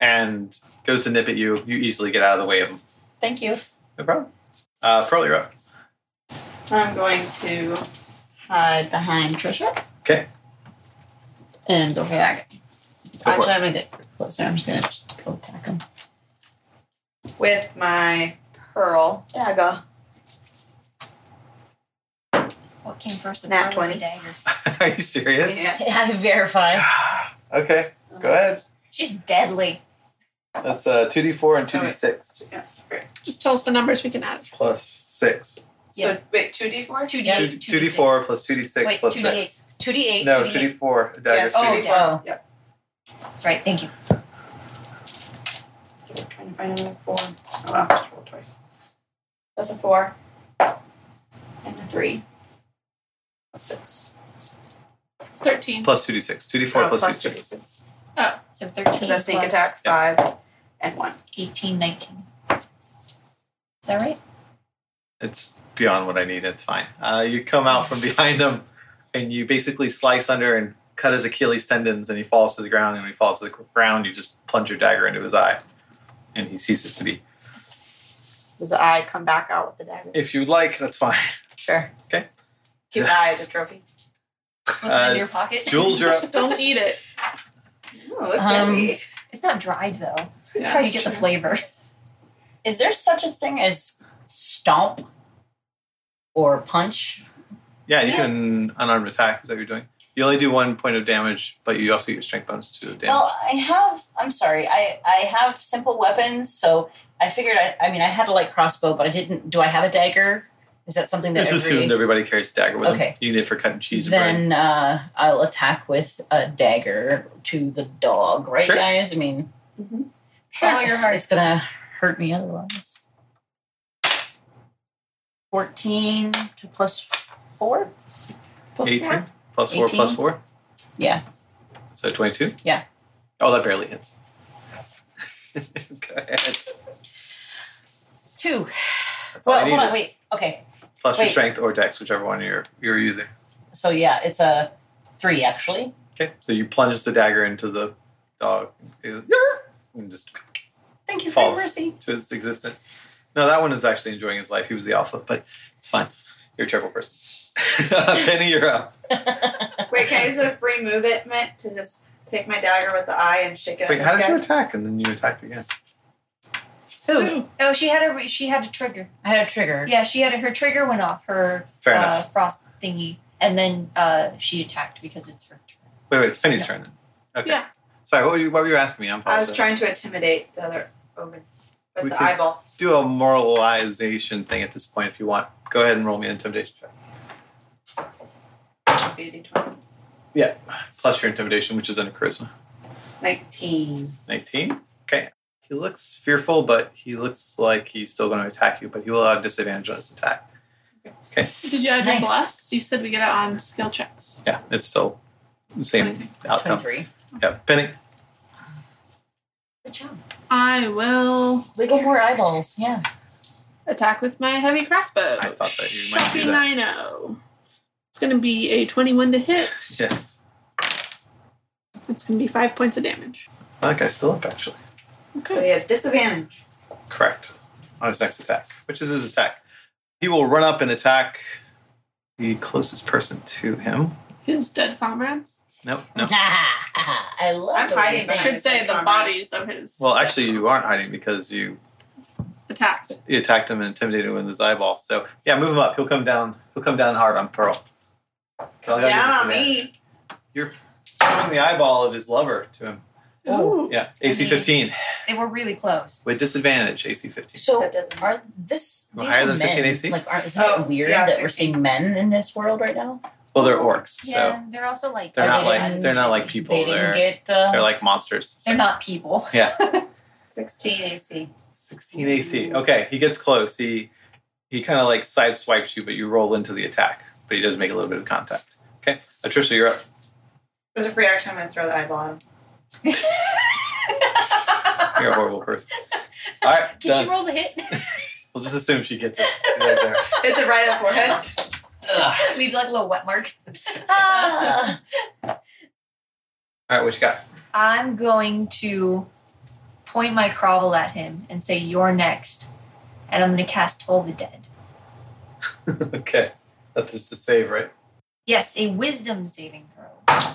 B: and goes to nip at you. You easily get out of the way of him.
D: Thank you.
B: No problem. Uh, Pearl, you're up.
D: I'm going to hide behind Trisha.
B: Okay.
D: And don't be that guy.
B: Go for
D: Actually,
B: it.
D: I'm going to get closer. I'm just going to go attack him.
C: with my pearl dagger.
F: What came first, the
C: Nat
F: pearl or
C: 20.
F: the dagger?
B: [LAUGHS] Are you serious?
C: Yeah.
D: I verify.
B: okay, go ahead.
F: She's deadly.
B: That's uh, 2d4 and 2d6
E: Just tell us the numbers we can add.
B: plus 6.
C: So wait, two d four.
F: Two D
D: Yeah.
F: eight,
B: Two-
F: two D
B: 2d4
F: six.
B: plus 2d6
F: Wait,
B: plus
F: 2d8.
B: 6.
D: 2d8.
B: No,
D: 2d8.
B: 2d4 daggers.
C: Yes,
D: Oh,
B: 2d4.
D: okay. well.
C: Yep.
F: That's right. Thank you.
C: We're trying to find another four. Oh, wow, just rolled twice. That's a four. And a three. A six.
E: Thirteen.
B: Plus 2d6. 2d4
C: Oh,
B: plus,
C: plus
B: 2d6.
C: two d six.
F: So 13
C: So that's sneak
F: plus
C: attack five and one.
F: 18, 19. Is that right?
B: It's beyond what I need. It's fine. Uh, you come out
C: [LAUGHS]
B: from behind him and you basically slice under and cut his Achilles tendons and he falls to the ground. And when he falls to the ground, you just plunge your dagger into his eye and he ceases to be.
C: Does the eye come back out with the dagger?
B: If you like, that's fine. [LAUGHS]
C: Sure.
B: Okay.
C: Keep the eye as a trophy.
F: Slip it
B: Uh,
F: in your pocket.
B: Jules, you're up.
E: Just don't eat it.
C: Oh, it looks
D: Um,
C: heavy.
F: [LAUGHS] It's not dried though. That's
E: Yeah.
F: how you get the flavor.
D: Is there such a thing as stomp or punch?
B: Yeah, you can unarmed attack. Is that what you're doing? You only do one point of damage, but you also get your strength bonus to damage.
D: Well, I have. I'm sorry. I I have simple weapons, so I figured. I, I mean, I had a light crossbow, but I didn't. Do I have a dagger? Is that something that
B: It's
D: every,
B: assumed everybody carries a dagger with them.
D: Okay.
B: You need it for cutting cheese and bread.
D: then uh, I'll attack with a dagger to the dog, right,
B: Sure.
D: guys? I mean,
F: Follow your heart.
D: it's gonna hurt me otherwise. Fourteen to plus four.
E: Plus
B: 18
E: four.
B: plus 4 plus
D: 18.
B: 4?
D: Yeah.
B: So 22?
D: Yeah.
B: Oh, that barely hits. [LAUGHS] Go ahead.
D: Two.
B: That's all I
D: Well, hold
B: needed.
D: on. Wait. Okay.
B: Plus your
D: wait.
B: strength or dex, whichever one you're you're using.
D: So yeah, it's a three actually.
B: Okay. So you plunge the dagger into the dog It- and just
D: Thank you for your
B: falls
D: mercy.
B: to its existence. No, that one is actually enjoying his life. He was the alpha, but it's fine. You're a terrible person. [LAUGHS] Penny, you're up.
C: Wait, can I use a free movement to just take my dagger with the eye and shake it? at
B: Wait,
C: this
B: how did
C: guy?
B: you attack? And then you attacked again.
D: Who?
F: [LAUGHS] Oh, she had a re- she had a trigger.
D: I had a trigger.
F: Yeah, she had a, her trigger went off her
B: Fair
F: uh,
B: enough.
F: frost thingy, and then uh, she attacked because it's her turn.
B: Wait, wait, it's Penny's
F: No.
B: turn then. Okay.
E: Yeah.
B: Sorry, what were you, what were you asking me? I'm
C: I was trying to intimidate the other omen with
B: We
C: the
B: could-
C: eyeball.
B: do a moralization thing at this point if you want. Go ahead and roll me an intimidation check.
C: BD 20.
B: Yeah. Plus your intimidation, which is under charisma.
C: 19.
B: 19. Okay. He looks fearful, but he looks like he's still going to attack you, but he will have disadvantage on his attack.
E: Did you add your
D: Nice.
E: bless? You said we get it on skill checks.
B: Yeah, it's still the same
E: Okay.
B: outcome.
D: Twenty-three.
B: Yeah. Penny,
F: Good job.
E: I will
D: Wiggle more eyeballs. Yeah.
E: attack with my heavy crossbow.
B: I thought that you might do
E: Shocking
B: that.
E: I know. oh. It's gonna be a twenty-one to hit.
B: yes.
E: It's gonna be five points of damage.
B: That guy's still up, actually.
C: But
E: Okay.
C: he has disadvantage.
B: Correct. On his next attack, which is his attack. He will run up and attack the closest person to him.
E: His dead comrades.
B: Nope, nope.
D: [LAUGHS] I love
C: I'm
D: the way
C: hiding
D: you
C: behind
E: I
D: think.
E: should
C: his
E: say
C: dead
E: the
C: comrades.
E: bodies of his
B: Well, actually, you aren't hiding because you
E: attacked.
B: you attacked him and intimidated him with his eyeball. So yeah, move him up. He'll come down. He'll come down hard on Pearl. Come
C: Down on me.
B: Throwing the eyeball of his lover to him.
E: Ooh.
B: Yeah, AC 15
F: They were really close.
B: with disadvantage. AC 15.
D: So
C: That doesn't
D: are this
B: Well,
D: these
B: higher
D: were
B: than 15
D: men?
B: AC?
D: Like, aren't, isn't
C: Oh,
D: it weird
C: yeah,
D: that we're
C: 16.
D: seeing men in this world right now?
B: Well, they're orcs, so
F: Yeah, they're also like
B: They're
D: Are
B: not
D: they
B: like-
D: men?
B: they're not like people,
D: They didn't
B: they're-
D: get.
F: [LAUGHS]
D: Uh,
B: they're like monsters. So
F: they're not people.
C: 16 AC.
B: 16 AC. Okay, he gets close. He he kind of like sideswipes you, but you roll into the attack. But he does make a little bit of contact. Okay, Atrisha, you're up.
C: There's a free action. I'm gonna throw the eyeball at him.
B: You're a horrible
F: [LAUGHS]
B: person. All right,
F: Can
B: done.
F: she roll the hit? [LAUGHS]
B: We'll just assume she gets it. Right there.
C: Hits it right in the forehead.
F: Leaves like a little wet mark. [LAUGHS]
D: Ah!
B: All right, what you got? [LAUGHS]
F: I'm going to point my grovel at him and say, You're next. And I'm going to cast Toll the Dead.
B: okay, that's just a save, right?
F: Yes, a wisdom saving throw.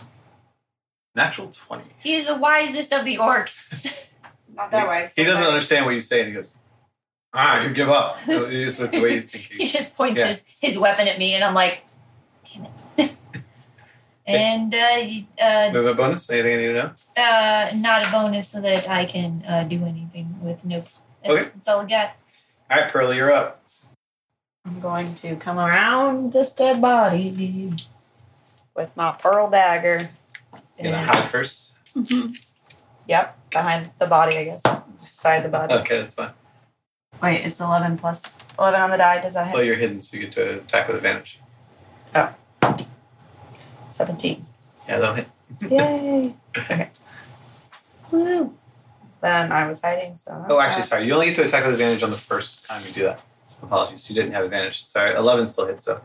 B: Natural 20.
F: He is the wisest of the orcs.
C: [LAUGHS]
F: [LAUGHS]
C: Not that way.
B: He doesn't understand what you say, and he goes, "Ah, you give up."
F: [LAUGHS]
B: It's the way you think.
F: he
B: he-
F: just points
B: Yeah.
F: his, his weapon at me, and I'm like, Damn it. [LAUGHS] and uh, you- uh,
B: Movement bonus. Anything I need to know?
F: uh, not a bonus so that I can uh, do anything with nope. That's,
B: Okay.
F: that's all I got.
B: All right, Pearl, you're up.
C: I'm going to come around this dead body with my pearl dagger.
B: You gonna hide first?
E: Mhm.
C: Yep, behind the body, I guess. Beside the body.
B: Okay, that's fine.
C: Wait, it's 11 plus 11 on the die. Does that hit?
B: Well, you're hidden, so you get to attack with advantage. [LAUGHS]
C: 17.
B: Yeah, that'll hit.
C: Yay.
F: Woo!
C: then I was hiding, so.
B: Oh, actually, sorry. You only get to attack with advantage on the first time you do that. Apologies, you didn't have advantage. Sorry, eleven still hits. So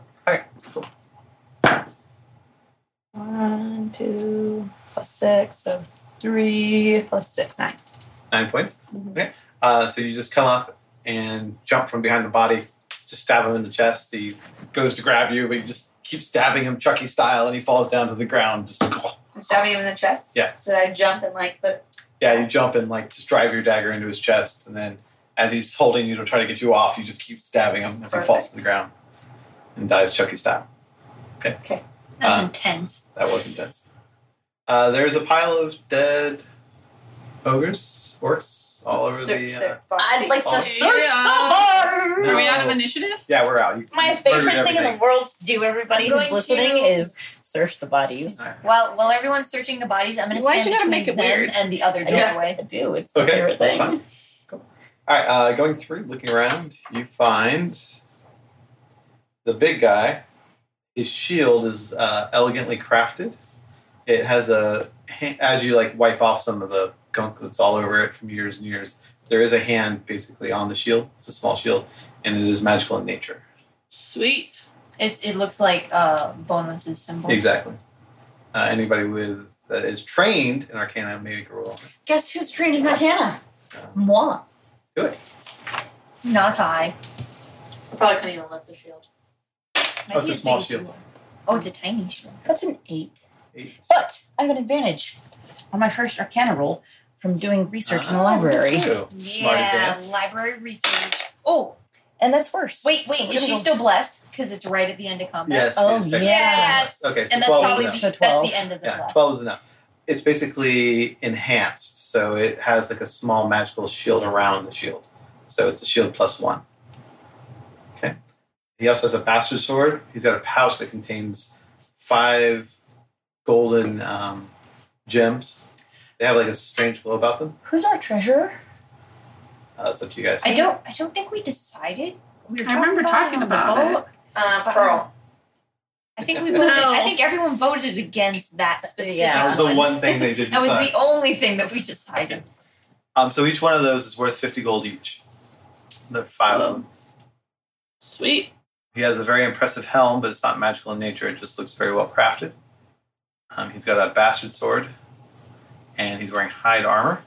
C: One, two, plus six, so three, plus six, nine.
B: nine points.
C: Mhm.
B: Okay. Uh, so you just come up and jump from behind the body, just stab him in the chest. He goes to grab you, but you just keep stabbing him, Chucky style, and he falls down to the ground. Just [LAUGHS]
C: I'm stabbing him in the chest.
B: Yeah.
C: So I jump and like the.
B: yeah, you jump and like just drive your dagger into his chest, and then as he's holding you to try to get you off, you just keep stabbing him as he falls to the ground and dies Chucky style.
F: That's
B: Uh,
F: intense.
B: That was intense. Uh, there's a pile of dead ogres, orcs, all over
C: search
B: the. Uh,
C: their body.
D: I'd like to
B: Oh.
D: search
E: Yeah.
D: the
B: No.
E: Are
D: bar.
E: we out of initiative?
B: yeah, we're out. You
D: [LAUGHS] My
B: murdered
D: favorite thing in
B: everything.
D: the world to do, everybody
F: I'm
D: who's
F: going
D: listening,
F: to-
D: is search the bodies.
B: Alright.
F: While while everyone's searching the bodies, I'm gonna
E: Why'd
F: stand
E: you gotta
F: between
E: make it
F: them
E: weird?
F: and the other
D: I just
F: doorway.
D: I do. It's my
B: Okay,
D: favorite
B: that's
D: thing.
B: fine. All right, uh, going through, looking around, you find the big guy. His shield is uh, elegantly crafted. It has a ha- as you like wipe off some of the gunk that's all over it from years and years. There is a hand basically on the shield. It's a small shield, and it is magical in nature.
E: Sweet.
F: It's, it looks like uh, Bonus's symbol.
B: Exactly. Uh, anybody with that is trained in Arcana may make a roll.
D: Guess who's trained in Arcana?
B: Yeah.
D: Moi.
F: Not I.
C: I probably couldn't even lift the shield.
B: Oh, it's a small shield.
F: Oh, it's a tiny shield.
D: That's an eight.
B: Eight.
D: But I have an advantage on my first Arcana roll from doing research in the
B: Ah,
D: library,
B: Two. Smart
F: Yeah,
B: advance.
F: library research. Oh,
D: and that's worse.
F: wait,
D: So
F: wait.
D: we're
F: Is
D: gonna
F: she
D: go-
F: still blessed? Because it's right at the end of combat.
B: Yes.
D: Oh,
B: it is technically
F: Yes.
B: Okay, so
F: and that's
B: 12 is
F: probably
B: enough.
F: the,
D: So
F: that's the
D: 12.
F: end of the
B: Yeah,
F: bless.
B: 12 is enough. It's basically enhanced, so it has like a small magical shield around the shield. So it's a shield plus one. Okay. He also has a bastard sword. He's got a pouch that contains five golden um, gems. They have like a strange glow about them.
D: Who's our treasurer?
B: Uh, that's up to you guys.
F: I don't. I don't think we decided. We were
E: I remember talking
F: on the
E: about it.
F: boat.
C: Uh, Pearl.
F: I think we
B: No.
F: voted. I think everyone voted against that specific.
D: Yeah.
B: That was the
F: one.
B: one thing
F: [LAUGHS]
B: they did
F: That was
B: decide.
F: the only thing that we decided.
B: um, so each one of those is worth 50 gold each. The five of them.
E: Sweet.
B: He has a very impressive helm, but it's not magical in nature. It just looks very well crafted. Um, he's got a bastard sword, and he's wearing hide armor.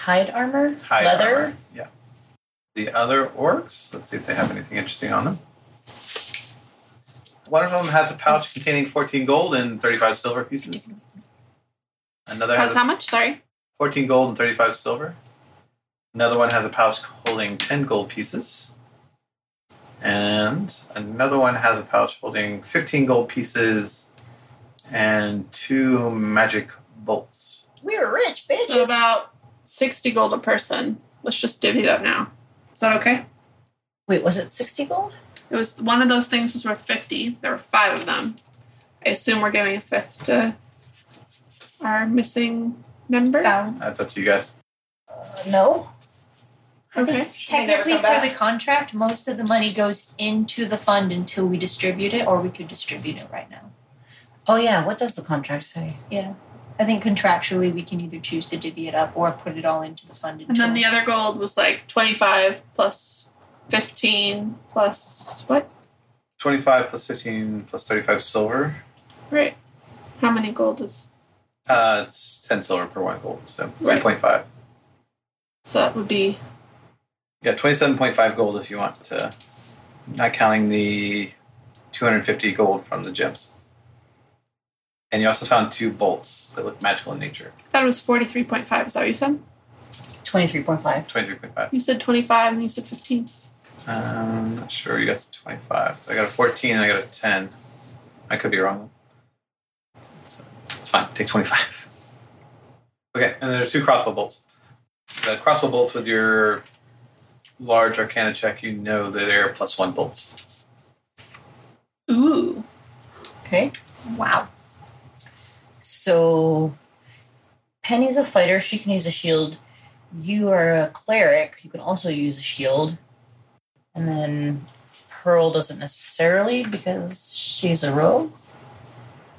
D: Hide armor?
B: Hide
D: Leather?
B: armor. Yeah. The other orcs. Let's see if they have anything interesting on them. One of them has a pouch containing 14 gold and 35 silver pieces. Another
E: How's
B: has a
E: how much? Sorry.
B: 14 gold and 35 silver. Another one has a pouch holding 10 gold pieces. And another one has a pouch holding 15 gold pieces and two magic bolts.
D: We're rich, bitches.
E: So about sixty gold a person. Let's just divvy it up now. Is that okay?
D: wait, was it 60 gold?
E: It was one of those things was worth fifty. There were five of them. I assume we're giving a fifth to our missing member.
F: Found
B: That's up to you guys.
D: Uh, no.
E: Okay.
C: never
F: Technically,
C: come
F: for
C: back.
F: the contract, most of the money goes into the fund until we distribute it, or we could distribute it right now.
D: Oh yeah, what does the contract say?
F: Yeah. I think contractually, we can either choose to divvy it up or put it all into the fund.
E: And
F: until-
E: then the other gold was like 25 plus 15 plus what?
B: 25 plus 15 plus 35 silver.
E: Right. How many gold is?
B: Uh, it's 10 silver per one gold, so
E: Right.
B: 3.5.
E: So that would be
B: Yeah, 27.5 gold if you want to, not counting the 250 gold from the gems. And you also found two bolts that look magical in nature.
E: that was 43.5. Is that what you said?
D: Twenty-three point five.
B: 23.5.
E: You said 25 and you said 15.
B: Um, not sure. You got some 25. I got a 14 and I got a 10. I could be wrong. It's it's fine. Take 25. Okay, and there are two crossbow bolts. The crossbow bolts with your large arcana check, you know that they're plus one bolts.
E: Ooh.
D: Okay.
F: Wow.
D: So, Penny's a fighter. She can use a shield. You are a cleric. You can also use a shield. And then Pearl doesn't necessarily because she's a rogue.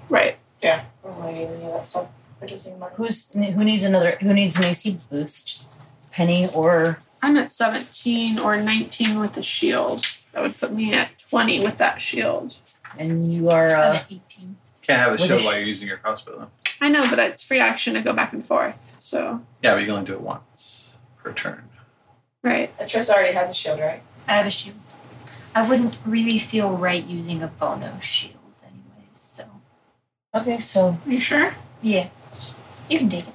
E: Right.
C: I don't need any of that stuff. I just need money.
D: Who's who needs another? Who needs an AC boost? Penny or
E: I'm at 17 or 19 with a shield. That would put me at 20 with that shield.
D: and you are
F: I'm
D: uh,
F: at 18.
B: Can't have a
D: With a
B: shield
D: sh-
B: while you're using your crossbow, though.
E: I know, but it's free action to go back and forth. So,
B: Yeah, but you can only do it once per turn.
E: right.
C: Atris already has a shield, right?
F: I have a shield. I wouldn't really feel right using a bono shield, anyways. So
D: okay. So
E: Are you sure?
F: yeah, you can take it.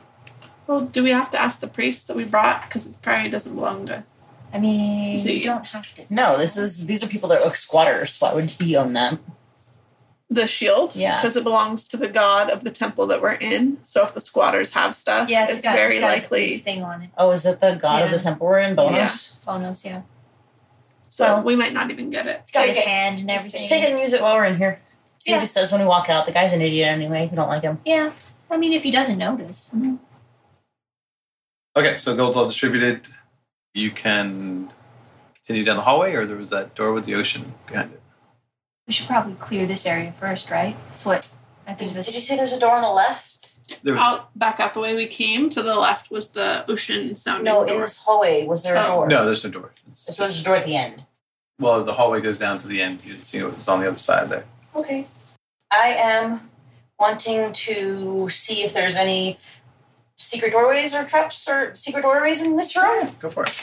E: Well, do we have to ask the priest that we brought? Because it probably doesn't belong to.
F: I mean,
E: So
F: you
E: you-
F: don't have to.
D: no, this is these are people that are like squatters. Why would be on them?
E: The shield?
D: Yeah.
E: Because it belongs to the god of the temple that we're in. So if the squatters have stuff,
F: Yeah,
E: it's,
F: it's got,
E: very
F: it's got
E: likely.
F: this thing on it.
D: Oh, is that the god of the
F: Yeah.
D: temple we're in? Bonus.
F: Bonos, yeah.
E: So
F: Well-
E: we might not even get it.
F: It's got
D: Take
F: his
D: it.
F: hand and everything.
D: Just take it and use it while we're in here. See what
F: Yeah.
D: he says when we walk out. The guy's an idiot anyway. We don't like him.
F: Yeah, I mean, if he doesn't notice,
B: Okay, so gold's all distributed. You can continue down the hallway, or there was that door with the ocean behind it.
F: we should probably clear this area first, right? That's what I think.
D: Did you
F: This,
D: say there's a door on the left?
B: There was
E: Out back out the way we came to the left was the ocean sounding
D: No, in
E: door.
D: this hallway, was there a
E: Oh.
D: door?
B: no, there's no door. It's
D: So
B: just-
D: there's a door at the end.
B: Well, the hallway goes down to the end. You can see what was on the other side there.
D: Okay. I am wanting to see if there's any secret doorways or traps or secret doorways in this room.
B: Go for it.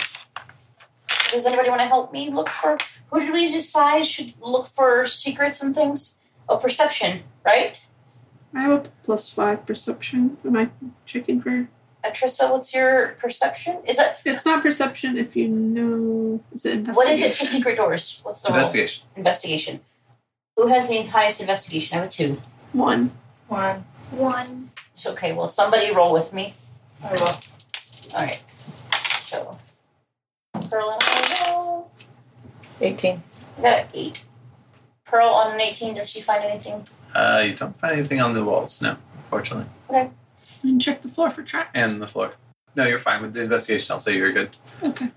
D: Does anybody want to help me look for who did we decide should look for secrets and things? Oh, perception, right?
E: I have a plus five perception. Am I checking for?
D: Atrissa, what's your perception? Is that
E: It's not perception. If you know, is it investigation?
D: what is it for secret doors? What's the role?
B: Investigation.
D: Investigation. Who has the highest investigation? I have a two.
E: One.
C: One.
F: one.
D: It's okay. Well, somebody roll with me.
C: I will.
D: All right. So, Pearl and I roll.
C: 18.
D: I got an eight. Pearl on an 18. Does she find anything?
B: Uh, you don't find anything on the walls, no, unfortunately,
E: And check the floor for traps.
B: and the floor. No, you're fine with the investigation. I'll say you're good.
E: okay.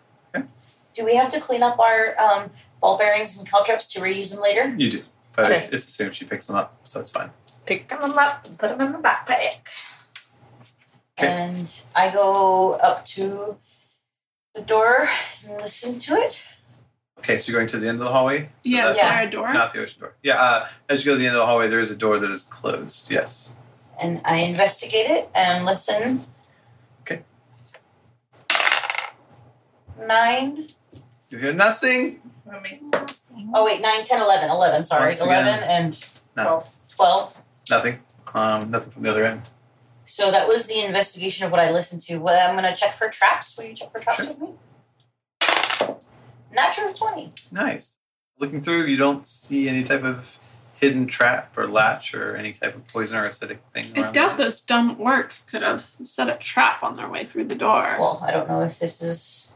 D: Do we have to clean up our um, ball bearings and caltrops to reuse them later?
B: You do, but
C: Okay.
B: it's assumed she picks them up, so it's fine.
C: Pick them up and put them in my backpack.
B: Okay.
D: And I go up to the door and listen to it.
B: Okay, so you're going to the end of the hallway,
E: Yeah. Is
B: that's
E: there a door?
B: not the ocean door. Yeah, uh, as you go to the end of the hallway, there is a door that is closed. Yes.
D: And I investigate it and listen.
B: Okay.
D: Nine.
B: You hear nothing.
D: Oh, wait, nine, 10, 11. 11, sorry.
B: Once again.
D: 11 and
B: No.
D: 12.
B: Nothing. Um, nothing from the other end.
D: So that was the investigation of what I listened to. Well, I'm going to check for traps. Will you check for traps
B: Sure.
D: with me? Natural 20.
B: Nice. Looking through, you don't see any type of hidden trap or latch or any type of poison or acidic thing.
E: I
B: around
E: doubt
B: the
E: those dumb orc could have set a trap on their way through the door.
D: Well, I don't know if this is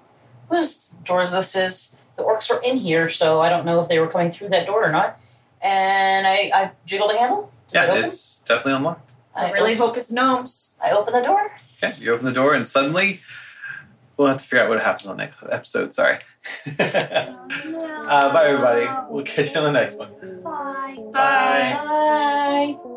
D: whose doors this is. The orcs were in here, so I don't know if they were coming through that door or not. And I, I jiggle the handle. Does it
B: Yeah,
D: open?
B: it's definitely unlocked.
C: I
D: I
C: really
D: op-
C: hope it's gnomes.
D: I open the door.
B: Okay, you open the door and suddenly We'll have to figure out what happens on the next episode. Sorry. [LAUGHS] uh, bye, everybody. We'll catch you on the next one.
H: Bye.
E: Bye.
B: Bye.
D: Bye.